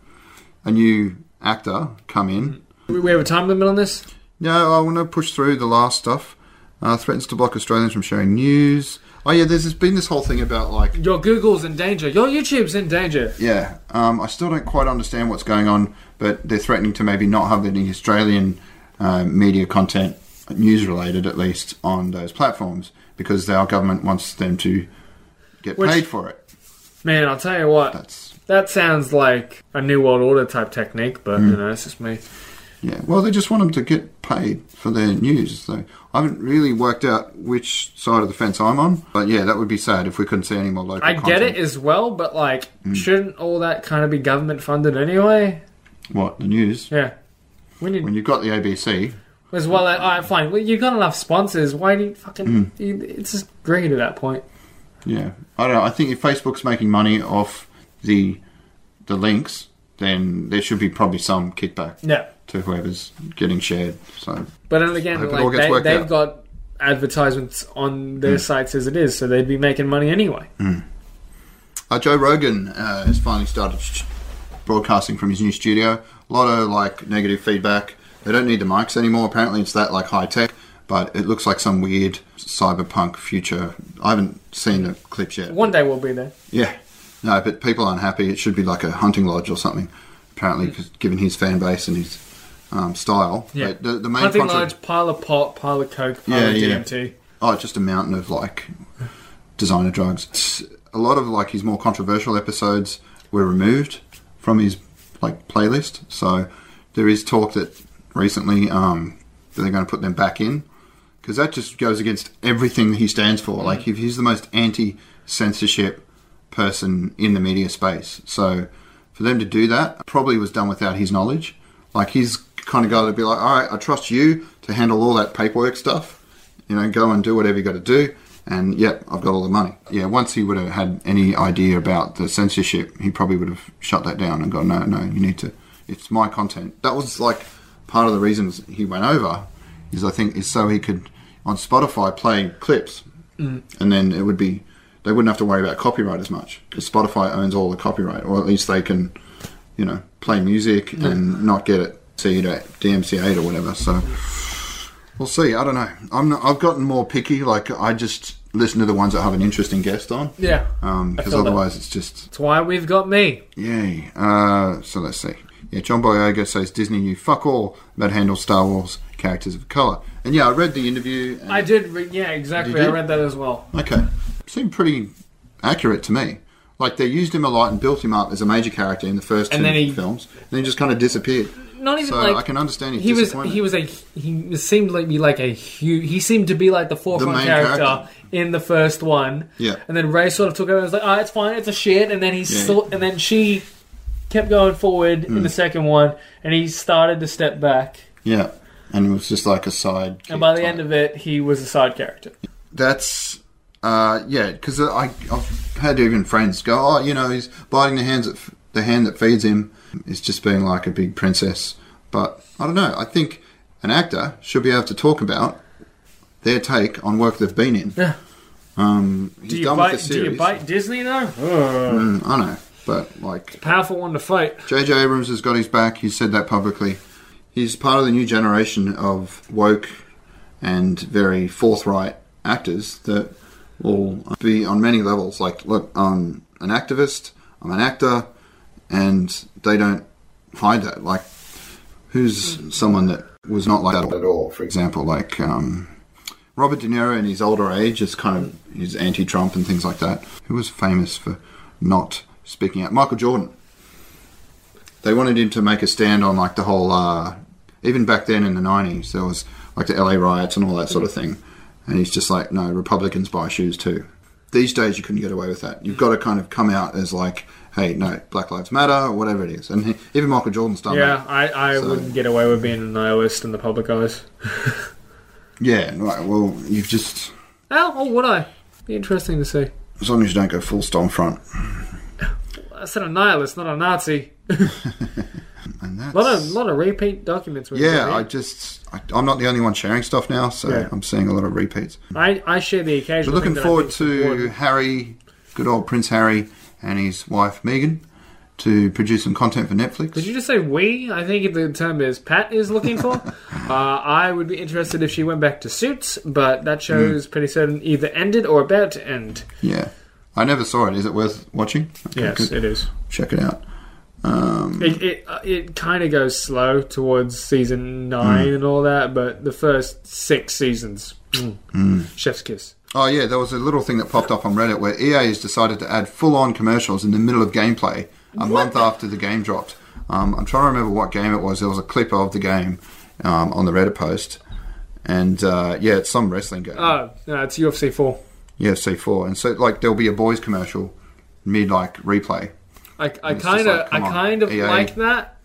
S2: a new actor come in.
S1: We, we have a time limit on this.
S2: No, I want to push through the last stuff. Uh, threatens to block Australians from sharing news. Oh yeah, there's this- been this whole thing about like
S1: Your Google's in danger. Your YouTube's in danger.
S2: Yeah, um, I still don't quite understand what's going on, but they're threatening to maybe not have any Australian uh, media content, news related at least, on those platforms because our government wants them to get
S1: Which-
S2: paid for it.
S1: Man, I'll tell you what.
S2: That's
S1: That sounds like a New World Order type technique, but
S2: Hmm.
S1: you know, it's just me.
S2: yeah. Well, they just want them to get paid for their news. So I haven't really worked out which side of the fence I'm on, but yeah, that would be sad if we couldn't see any more local.
S1: I get it
S2: content. Hmm.
S1: as well, but like, shouldn't all that kind of be government funded anyway?
S2: What the news?
S1: Yeah. We need
S2: When you've got the ABC,
S1: As well, like, all right, fine. Well, you got enough sponsors. Why do you fucking?
S2: Hmm.
S1: You, it's just greed at that point.
S2: Yeah, I don't. know. I think if Facebook's making money off the the links, then there should be probably some kickback
S1: Yeah,
S2: to whoever's getting shared. So
S1: but then again,
S2: Hope it all
S1: like
S2: gets
S1: they,
S2: worked
S1: they've
S2: out. Hmm.
S1: got advertisements on their sites as it is, so they'd be making money anyway.
S2: uh, Joe Rogan uh, has finally started sh- broadcasting from his new studio. A lot of like negative feedback. They don't need the mics anymore. Apparently, it's that like high tech. But it looks like some weird cyberpunk future. I haven't seen the clips yet.
S1: One day we'll be there.
S2: Yeah, no, but people aren't happy. It should be like a hunting lodge or something. Apparently, 'cause given his fan base and his um, style.
S1: Mm. Yeah,
S2: But the, the main
S1: hunting
S2: contro-
S1: large pile of pot, pile of coke, pile
S2: Yeah,
S1: of
S2: yeah.
S1: DMT.
S2: Oh, just a mountain of like designer drugs. It's- a lot of like his more controversial episodes were removed from his like playlist. So there is talk that recently um, that they're going to put them back in because that just goes against everything he stands for. Like if he's the most anti censorship person in the media space. So for them to do that probably was done without his knowledge. Like he's kind of guy that'd be like, all right, I trust you to handle all that paperwork stuff. You know, go and do whatever you got to do. And yep, I've got all the money. Yeah, once he would have had any idea about the censorship, he probably would have shut that down and gone, no, no, you need to. It's my content. That was like part of the reasons he went over is I think is so he could on Spotify play clips, and then it would be they wouldn't have to worry about copyright as much because Spotify owns all the copyright, or at least they can, you know, play music and not get it CE'd at DMCA'd or whatever. So we'll see. I don't know. I'm not, I've gotten more picky. Like I just listen to the ones that have an interesting guest on. Um,
S1: Yeah, I
S2: Because
S1: feel that.
S2: otherwise, it's just
S1: that's why we've got me.
S2: Yay. Uh, so let's see. Yeah, John Boyega says Disney knew fuck all about handle Star Wars characters of colour. And yeah, I read the interview. And,
S1: I did. Re- yeah, exactly.
S2: Did
S1: I
S2: you?
S1: read that as well.
S2: okay. Seemed pretty accurate to me. Like they used him a lot and built him up as a major character in the first
S1: And
S2: two
S1: then he-
S2: films, and then he just kind of disappeared.
S1: Not even
S2: So
S1: like
S2: I can understand his
S1: he was
S2: disappointment.
S1: he was a he seemed like be like a huge he seemed to be like the forefront
S2: main
S1: character,
S2: character.
S1: in the first one.
S2: Yeah.
S1: And then Ray sort of took over and was like, "Ah, it's fine, it's a shit." And then he
S2: Yeah. Hmm.
S1: sort and then she kept going forward in the second one, and he started to step back.
S2: yeah, and it was just like a side.
S1: And by the end of it, he was a side character.
S2: that's uh, yeah, because I I've had even friends go, oh, you know, he's biting the hands that f- the hand that feeds him. It's just being like a big princess. But I don't know. I think an actor should be able to talk about their take on work they've been in.
S1: Yeah.
S2: Um, he's
S1: Do you
S2: done
S1: bite?
S2: with the
S1: Do
S2: series.
S1: you bite Disney though?
S2: Mm, I know, but like
S1: Powerful one to fight.
S2: J.J. Abrams has got his back. He's said that publicly. He's part of the new generation of woke and very forthright actors that will be on many levels. Like, look, I'm an activist. I'm an actor, and they don't hide that. Like, who's someone that was not like that at all? For example, like um, Robert De Niro in his older age is kind of he's anti-Trump and things like that. Who was famous for not speaking out? Michael Jordan they wanted him to make a stand on like the whole uh, even back then in the 90s there was like the la riots and all that sort of thing and he's just like no republicans buy shoes too these days you couldn't get away with that you've got to kind of come out as like hey no black lives matter or whatever it is and he, even michael jordan's done
S1: Yeah,
S2: that
S1: I, I
S2: So-
S1: wouldn't get away with being a nihilist in the public eyes.
S2: yeah right well you've just
S1: Oh, or would I? Be interesting to see.
S2: as long as you don't go full stormfront
S1: I said a nihilist, not a Nazi.
S2: and that's
S1: A lot of, lot of repeat documents. With
S2: yeah i
S1: me.
S2: just I, i'm not the only one sharing stuff now so
S1: Yeah.
S2: i'm seeing a lot of repeats
S1: I, I share the occasional.
S2: We're looking
S1: thing that I
S2: forward
S1: think's
S2: to
S1: important.
S2: Harry, good old Prince Harry, and his wife Megan to produce some content for Netflix.
S1: Did you just say we? I think the term is Pat is looking for. uh, I would be interested if she went back to Suits, but that
S2: Hmm.
S1: show's pretty certain either ended or about to end.
S2: Yeah. I never saw it. Is it worth watching? Okay,
S1: yes,
S2: good.
S1: it is.
S2: Check it out. Um,
S1: It it, uh, it kind of goes slow towards season nine
S2: Hmm.
S1: and all that, but the first six seasons, mm,
S2: Hmm.
S1: chef's kiss.
S2: oh, yeah, there was a little thing that popped up on Reddit where EA has decided to add full on commercials in the middle of gameplay a month after the game dropped. Um, I'm trying to remember what game it was. There was a clip of the game um, on the Reddit post. And uh, yeah, it's some wrestling game.
S1: Oh, no, it's UFC four.
S2: Yeah, C four, and so like there'll be a boys commercial mid like replay.
S1: I, I
S2: it's just
S1: kind of
S2: like,
S1: I
S2: come on,
S1: kind of
S2: EA.
S1: like that.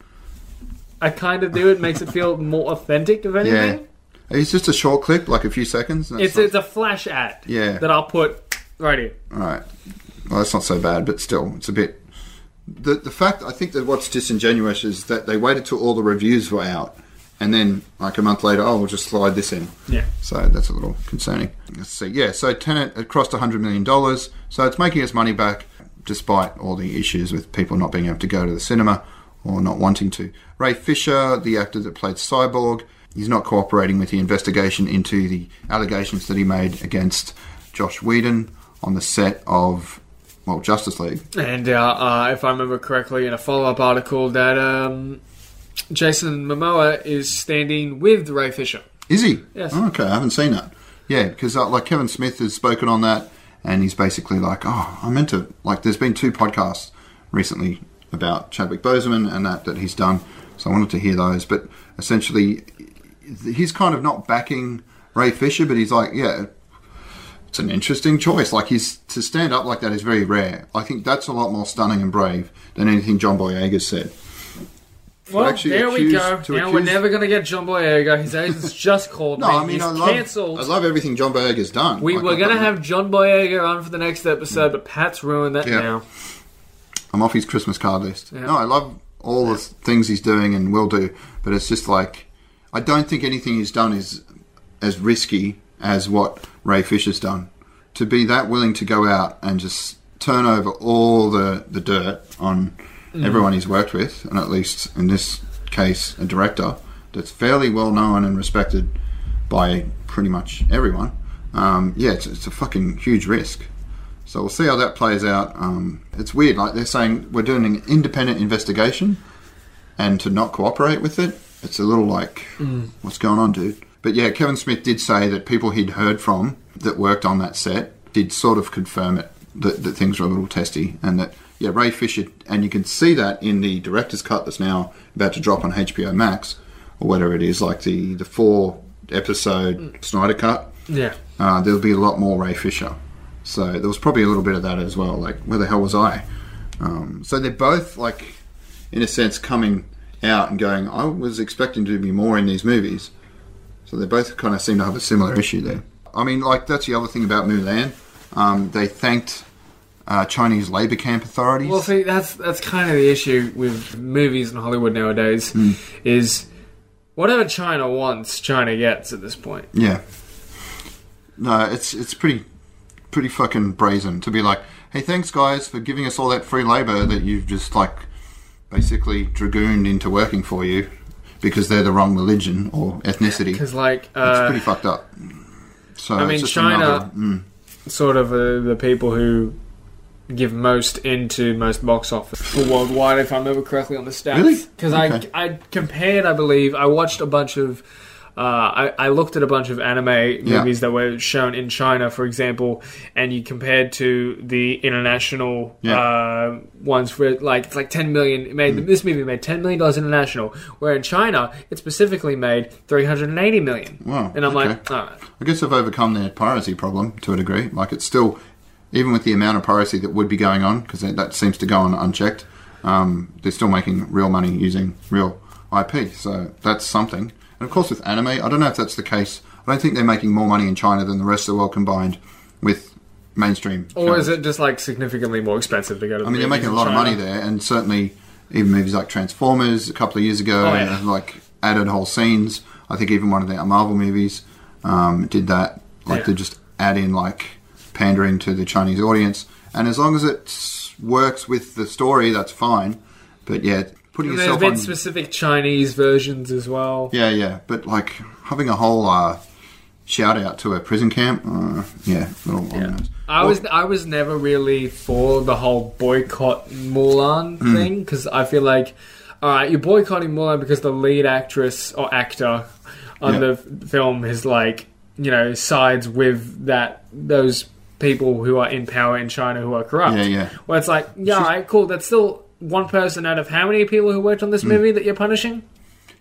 S1: I kind of do. It makes it feel more authentic, if
S2: Yeah,
S1: anything.
S2: it's just a short clip, like a few seconds. and that's
S1: It's
S2: not-
S1: it's a flash ad.
S2: Yeah.
S1: That I'll put right here.
S2: all right. Well, that's not so bad, but still, it's a bit. The the fact I think that what's disingenuous is that they waited till all the reviews were out, and then like a month later, oh, we'll just slide this in.
S1: Yeah.
S2: So that's a little concerning. Let's see. Yeah, so Tenant it crossed $100 million, so it's making its money back despite all the issues with people not being able to go to the cinema or not wanting to. Ray Fisher, the actor that played Cyborg, he's not cooperating with the investigation into the allegations that he made against Josh Whedon on the set of, well, Justice League.
S1: And uh, uh, if I remember correctly, in a follow up article, that um, Jason Momoa is standing with Ray Fisher.
S2: Is he?
S1: Yes.
S2: Oh, okay, I haven't seen that. Yeah, because uh, like Kevin Smith has spoken on that, and he's basically like, oh, I meant to like. There's been two podcasts recently about Chadwick Boseman and that that he's done, so I wanted to hear those. But essentially, he's kind of not backing Ray Fisher, but he's like, yeah. It's an interesting choice. Like he's to stand up like that is very rare. I think that's a lot more stunning and brave than anything John Boyega said.
S1: Well,
S2: actually
S1: there we
S2: accused-
S1: go.
S2: to
S1: Now we're
S2: accuse-
S1: never going to get John Boyega. His agent's just called
S2: No,
S1: me.
S2: I mean
S1: He's
S2: I love
S1: cancelled.
S2: I love everything John Boyega's done.
S1: we
S2: Like,
S1: were
S2: I
S1: going to
S2: don't-
S1: have John Boyega on for the next episode, but Pat's ruined that
S2: Yeah.
S1: now.
S2: I'm off his Christmas card list. No, I love all the things he's doing and will do, but it's just like I don't think anything he's done is as risky as what Ray Fisher's done. To be that willing to go out and just turn over all the, the dirt on everyone he's worked with, and at least in this case, a director that's fairly well known and respected by pretty much everyone. Um, yeah, it's, it's a fucking huge risk. So we'll see how that plays out. Um, it's weird, like they're saying we're doing an independent investigation, and to not cooperate with it, it's a little like, what's going on, dude? But yeah, Kevin Smith did say that people he'd heard from that worked on that set did sort of confirm it. that, that things are a little testy and that yeah Ray Fisher and you can see that in the director's cut that's now about to drop on HBO Max or whatever it is like the the four episode Snyder cut
S1: Yeah.
S2: uh, there'll be a lot more Ray Fisher so there was probably a little bit of that as well like where the hell was I um, so they're both like in a sense coming out and going I was expecting to be more in these movies so they both kind of seem to have a similar issue there. I mean, like that's the other thing about Mulan. Um, they thanked uh, Chinese labor camp authorities.
S1: Well, see, that's that's kind of the issue with movies in Hollywood nowadays is whatever China wants, China gets at this point.
S2: yeah. No, it's it's pretty pretty fucking brazen to be like, hey, thanks guys for giving us all that free labor that you've just like basically dragooned into working for you because they're the wrong religion or ethnicity.
S1: Because, like,
S2: it's
S1: uh,
S2: pretty fucked up. So
S1: I
S2: it's
S1: mean,
S2: just
S1: China,
S2: another- mm,
S1: sort of uh, the people who give most into most box office for worldwide, if I remember correctly on the stats.
S2: Really?
S1: Because
S2: Okay.
S1: I, I compared, I believe, I watched a bunch of. Uh, I, I looked at a bunch of anime movies that were shown in China, for example, and you compared to the international
S2: Yeah.
S1: uh,
S2: Mm.
S1: ones for like it's like ten million. It made this movie made ten million dollars international, where in China it specifically made three hundred and eighty million.
S2: Wow,
S1: And I'm like,
S2: okay.
S1: all right.
S2: I guess they've overcome their piracy problem to a degree. Like it's still, even with the amount of piracy that would be going on, because that, that seems to go on unchecked, um, they're still making real money using real IP. So that's something. And of course, with anime, I don't know if that's the case. I don't think they're making more money in China than the rest of the world combined with mainstream.
S1: Or is
S2: shows.
S1: it just like significantly more expensive to go to?
S2: I mean, they're making a lot of money there, and certainly even movies like Transformers a couple of years ago,
S1: Oh, yeah.
S2: and, like added whole scenes. I think even one of the Marvel movies um, did that. Like
S1: Yeah.
S2: they just add in like pandering to the Chinese audience, and as long as it s- works with the story, that's fine. But yeah, putting
S1: And there's
S2: yourself
S1: been
S2: on.
S1: specific Chinese versions as well.
S2: yeah, yeah, but like having a whole uh, shout out to a prison camp. Uh, yeah, little on the nose.
S1: I was I was never really for the whole boycott Mulan
S2: Hmm.
S1: thing because I feel like, all right, you're boycotting Mulan because the lead actress or actor on
S2: Yeah.
S1: the f- film is like you know sides with that those people who are in power in China who are corrupt.
S2: Yeah, yeah.
S1: Where it's like, yeah, all right, cool. That's still one person out of how many people who worked on
S2: Hmm.
S1: this movie that you're punishing?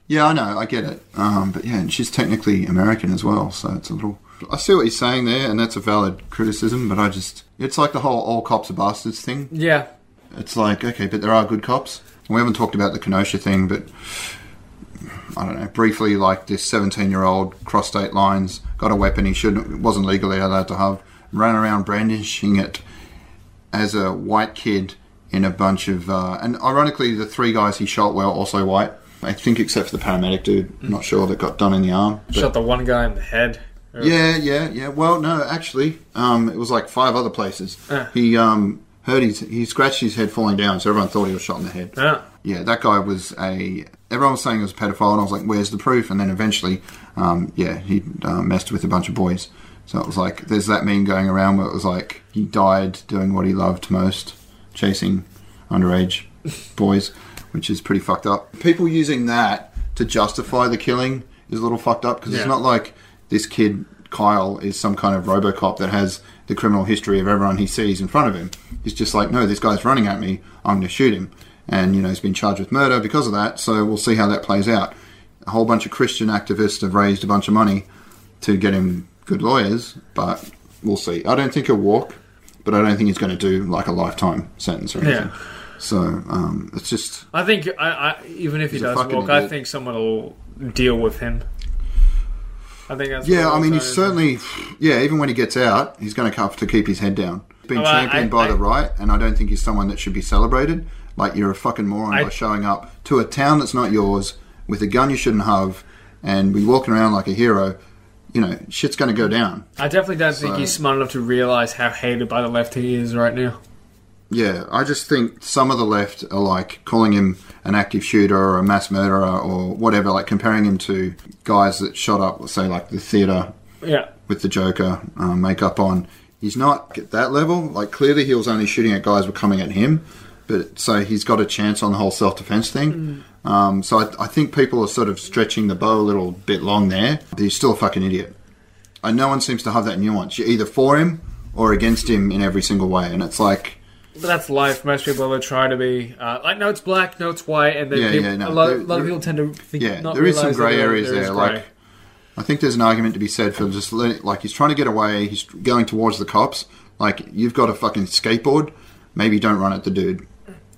S2: Yeah, I know, I get it. Um, but yeah, and she's technically American as well, so it's a little. I see what he's saying there, and that's a valid criticism. But I just, it's like the whole "all cops are bastards" thing.
S1: Yeah.
S2: It's like, okay, but there are good cops. And we haven't talked about the Kenosha thing, but I don't know. Briefly, like this seventeen-year-old crossed state lines, got a weapon he shouldn't, wasn't legally allowed to have, ran around brandishing it as a white kid in a bunch of, uh, and ironically, the three guys he shot were also white. I think, except for the paramedic dude, not sure that got done in the arm. but-
S1: Shot the one guy in the head.
S2: yeah, yeah, yeah. Well, no, actually, um, it was like five other places. He um, heard his, he scratched his head falling down, so everyone thought he was shot in the head.
S1: Yeah.
S2: Yeah, that guy was a. Everyone was saying he was a pedophile, and I was like, "Where's the proof?" And then eventually, um, yeah, he uh, messed with a bunch of boys. So it was like, there's that meme going around where it was like he died doing what he loved most, chasing underage boys, which is pretty fucked up. People using that to justify the killing is a little fucked up because
S1: Yeah.
S2: it's not like this kid Kyle is some kind of RoboCop that has the criminal history of everyone he sees in front of him. He's just like, no, this guy's running at me. I'm going to shoot him, and you know he's been charged with murder because of that. So we'll see how that plays out. A whole bunch of Christian activists have raised a bunch of money to get him good lawyers, but we'll see. I don't think he'll walk, but I don't think he's going to do like a lifetime sentence or anything.
S1: Yeah.
S2: So um, it's just
S1: I think I, I, even if he
S2: He's a
S1: does
S2: fucking
S1: walk, I
S2: idiot.
S1: think someone will deal with him. I think that's
S2: Yeah,
S1: what
S2: I mean,
S1: I'm
S2: he's
S1: saying.
S2: certainly, yeah, even when he gets out, he's going to have to keep his head down. He's been
S1: Well, I-
S2: championed
S1: I-
S2: by the
S1: I-
S2: right, and I don't think he's someone that should be celebrated. Like, you're a fucking moron
S1: I-
S2: by showing up to a town that's not yours with a gun you shouldn't have and be walking around like a hero. You know, shit's going to go down.
S1: I definitely don't think he's smart enough to realize how hated by the left he is right now.
S2: Yeah, I just think some of the left are like calling him an active shooter or a mass murderer or whatever, like comparing him to guys that shot up, let's say, like the theatre
S1: Yeah,
S2: with the Joker uh, makeup on. He's not at that level. Like clearly, he was only shooting at guys who were coming at him, but so he's got a chance on the whole self defense thing. Um, so I, I think people are sort of stretching the bow a little bit long there. But he's still a fucking idiot, and no one seems to have that nuance. You're either for him or against him in every single way. And it's like,
S1: But that's life. Most people are trying to be uh, like, no, it's black, no, it's white, and then
S2: Yeah,
S1: people,
S2: yeah, no,
S1: a lot,
S2: there-
S1: a lot of
S2: there-
S1: people tend to think.
S2: yeah,
S1: not
S2: there is some
S1: realise that
S2: grey areas
S1: there
S2: there.
S1: is grey.
S2: Like, I think there's an argument to be said for just let, like he's trying to get away. He's going towards the cops. Like you've got a fucking skateboard. Maybe don't run at the dude.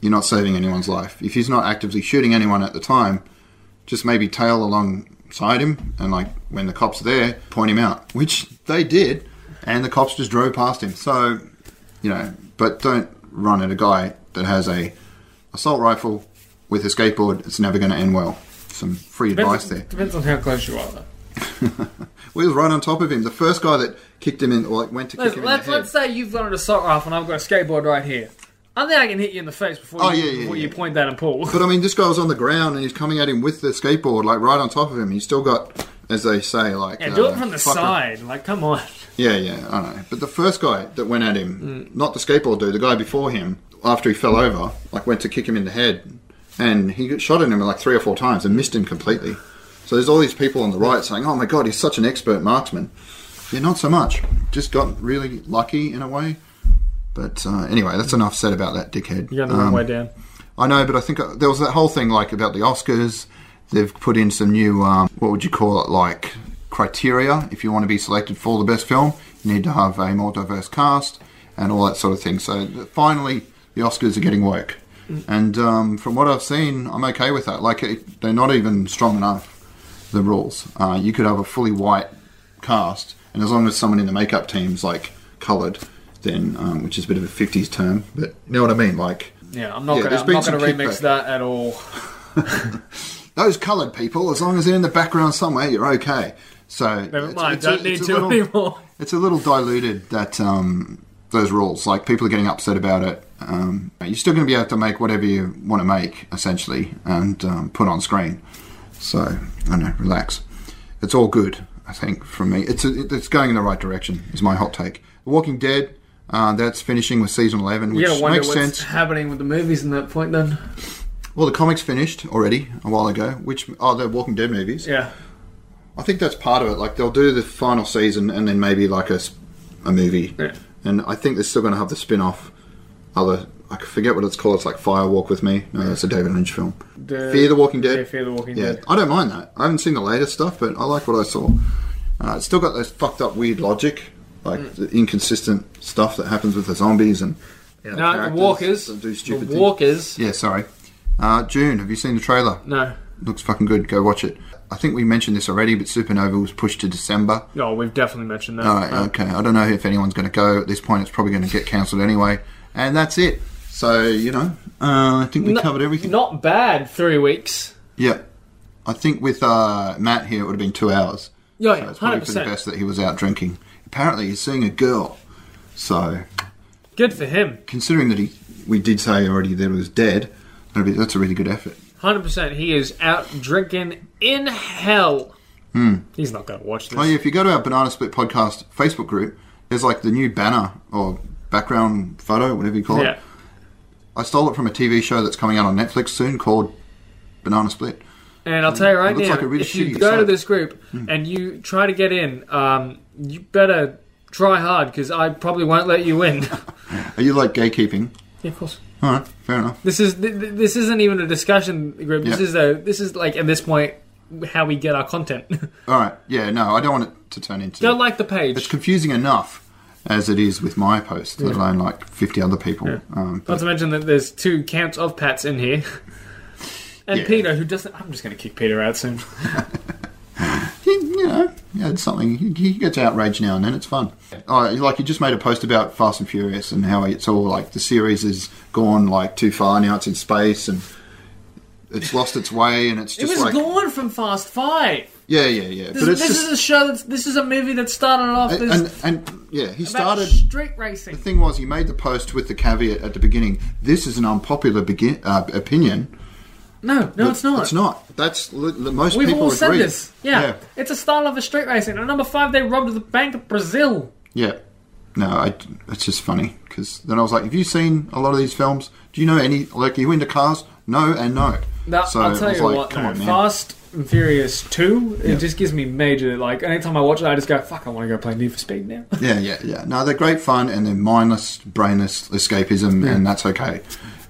S2: You're not saving anyone's life. If he's not actively shooting anyone at the time, just maybe tail alongside him and like when the cops are there, point him out, which they did, and the cops just drove past him. So, you know, but don't run at a guy that has a assault rifle with a skateboard. It's never going to end well. Some free advice
S1: depends,
S2: there.
S1: depends on how close you are. Though.
S2: We was right on top of him. The first guy that kicked him in, or like went to
S1: Let's,
S2: kick him
S1: let's,
S2: in the head.
S1: let's say you've got an assault rifle and I've got a skateboard right here. I think I can hit you in the face before,
S2: Oh,
S1: you,
S2: yeah, yeah,
S1: before you
S2: yeah.
S1: point that and pull.
S2: But I mean, this guy was on the ground and he's coming at him with the skateboard, like right on top of him. He's still got, as they say, like
S1: Yeah, do
S2: uh,
S1: it from the
S2: fucker-
S1: side. Like, come on.
S2: Yeah, yeah, I know. But the first guy that went at him, not the skateboard dude, the guy before him, after he fell over, like went to kick him in the head, and he got shot at him like three or four times and missed him completely. So there's all these people on the right saying, "Oh my god, he's such an expert marksman." Yeah, not so much. Just got really lucky in a way. But uh, anyway, that's enough said about that dickhead.
S1: You're on the wrong
S2: Um,
S1: way down.
S2: I know, but I think uh, there was that whole thing like about the Oscars. They've put in some new, um, what would you call it, like criteria. If you want to be selected for the best film, you need to have a more diverse cast and all that sort of thing. So th- finally, the Oscars are getting work. And um, from what I've seen, I'm okay with that. Like, it, they're not even strong enough, the rules. Uh, you could have a fully white cast, and as long as someone in the makeup team's like coloured, then, um, which is a bit of a 50s term, but you know what I mean? Like,
S1: Yeah, I'm not
S2: Yeah,
S1: gonna,
S2: there's
S1: I'm
S2: been
S1: not gonna
S2: some
S1: remix
S2: kickback.
S1: that at all.
S2: those coloured people, as long as they're in the background somewhere, you're okay. So
S1: Never
S2: it's-
S1: mind,
S2: it's a-
S1: don't need
S2: it's a
S1: to
S2: little-
S1: anymore.
S2: It's a little diluted that um, those rules. Like people are getting upset about it. Um, you're still going to be able to make whatever you want to make, essentially, and um, put on screen. So I don't know, relax. It's all good, I think, from me. It's it's going in the right direction. Is my hot take. The Walking Dead. Uh, that's finishing with season 11,
S1: You
S2: which
S1: gotta wonder
S2: makes
S1: what's
S2: sense.
S1: happening with the movies in that point then.
S2: Well, the comics finished already a while ago, which are the Walking Dead movies.
S1: Yeah.
S2: I think that's part of it. Like they'll do the final season and then maybe like a, s- a movie.
S1: Yeah.
S2: And I think they're still going to have the spin off. Other, I forget what it's called. It's like Fire Walk with Me. No, that's a David Lynch film.
S1: The-
S2: Fear the Walking Dead.
S1: Yeah, Fear the Walking
S2: Yeah,
S1: Dead.
S2: I don't mind that. I haven't seen the latest stuff, but I like what I saw. Uh, it's still got those fucked up weird logic, like the inconsistent stuff that happens with the zombies and you know,
S1: No, the
S2: characters
S1: Walkers.
S2: that do stupid
S1: the
S2: things.
S1: Walkers.
S2: Yeah, sorry. Uh, June, have you seen the trailer?
S1: No.
S2: Looks fucking good. Go watch it. I think we mentioned this already, but Supernova was pushed to December.
S1: No, we've definitely mentioned that.
S2: All right, okay. I don't know if anyone's going to go at this point. It's probably going to get cancelled anyway, and that's it. So you know, uh, I think we
S1: No-
S2: covered everything.
S1: Not bad, three weeks.
S2: yeah, I think with uh, Matt here, it would have been two hours.
S1: Yeah, yeah,
S2: So it's probably for the
S1: 100%.
S2: best that he was out drinking. Apparently, he's seeing a girl. So
S1: Good for him.
S2: considering that he, we did say already that he was dead. that'd be- That's a really good effort.
S1: 100%. He is out drinking in hell. He's not going to watch this.
S2: Oh yeah, if you go to our Banana Split podcast Facebook group, there's like the new banner or background photo, whatever you call
S1: yeah.
S2: it. I stole it from a TV show that's coming out on Netflix soon called Banana Split.
S1: And I'll tell you right
S2: It looks
S1: now,
S2: like a really
S1: if you
S2: shitty
S1: go to
S2: site. Hmm.
S1: this group and you try to get in, um, you better try hard because I probably won't let you in. yeah,
S2: Are you like gatekeeping?
S1: of course.
S2: All right, fair enough.
S1: This is th- th- this isn't even a discussion group. This
S2: Yeah.
S1: is a this is like at this point how we get our content.
S2: All right, yeah, no, I don't want it to turn into.
S1: Don't like the
S2: it's
S1: page.
S2: confusing enough as it is with my post, let alone like 50 other people. Um,
S1: Not to mention that there's two counts of Pats in here. And
S2: Yeah.
S1: Peter, who doesn't, I'm just going to kick Peter out soon.
S2: he, you know, he had something. He, he gets outraged now and then. It's fun. Oh, like he just made a post about Fast and Furious and how it's all like the series has gone like too far now. It's in space and it's lost its way and it's
S1: It
S2: just
S1: was
S2: like
S1: gone from Fast Five.
S2: yeah, yeah, yeah.
S1: This,
S2: but it's
S1: this
S2: just
S1: is a show. That's, this is a movie that started off
S2: and,
S1: this
S2: and and yeah, he
S1: about
S2: started.
S1: street racing.
S2: The thing was, he made the post with the caveat at the beginning. This is an unpopular begin, uh, opinion.
S1: No, no, it's not.
S2: It's not. That's li- li- most
S1: We've
S2: people
S1: all
S2: agree.
S1: said this. Yeah. It's a style of a street racing. And number five, they robbed the Bank of Brazil.
S2: Yeah. No, I, it's just funny because then I was like, "Have you seen a lot of these films? Do you know any? Like, are you into cars? No, and no."
S1: Now, I'll
S2: it
S1: tell
S2: was
S1: you what, though, Fast and Furious Two. It just gives me major like. Anytime I watch it, I just go, "Fuck! I want to go play Need for Speed now."
S2: Yeah, yeah, yeah. No, they're great fun and they're mindless, brainless escapism, and that's okay.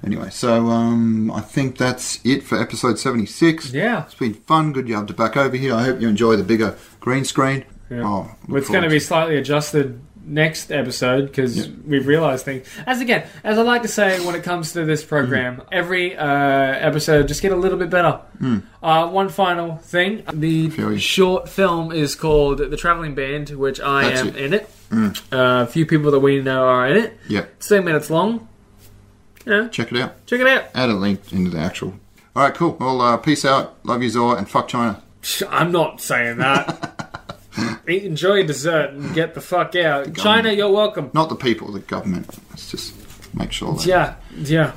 S2: Anyway, so um, I think that's it for episode 76.
S1: Yeah.
S2: It's been fun. Good job to back over here. I hope you enjoy the bigger green screen.
S1: Yeah.
S2: Oh,
S1: Well, it's going to be slightly adjusted next episode because we've realized things. As again, as I like to say, when it comes to this program,
S2: Mm.
S1: every uh, episode just get a little bit better. Uh, one final thing: the
S2: Fury.
S1: short film is called "The Traveling Band," which I
S2: That's
S1: am
S2: it. Mm.
S1: in it. Uh, a few people that we know are in it.
S2: Yeah,
S1: It's Ten minutes long. Yeah,
S2: check it out.
S1: check it out.
S2: Add a link into the actual. All right, cool. Well, uh, peace out. Love you, Zor, and fuck China.
S1: Psh, I'm not saying that. Eat, enjoy your dessert, and get the fuck out. China, you're welcome.
S2: Not the people, the government. Let's just make sure that.
S1: Yeah, yeah.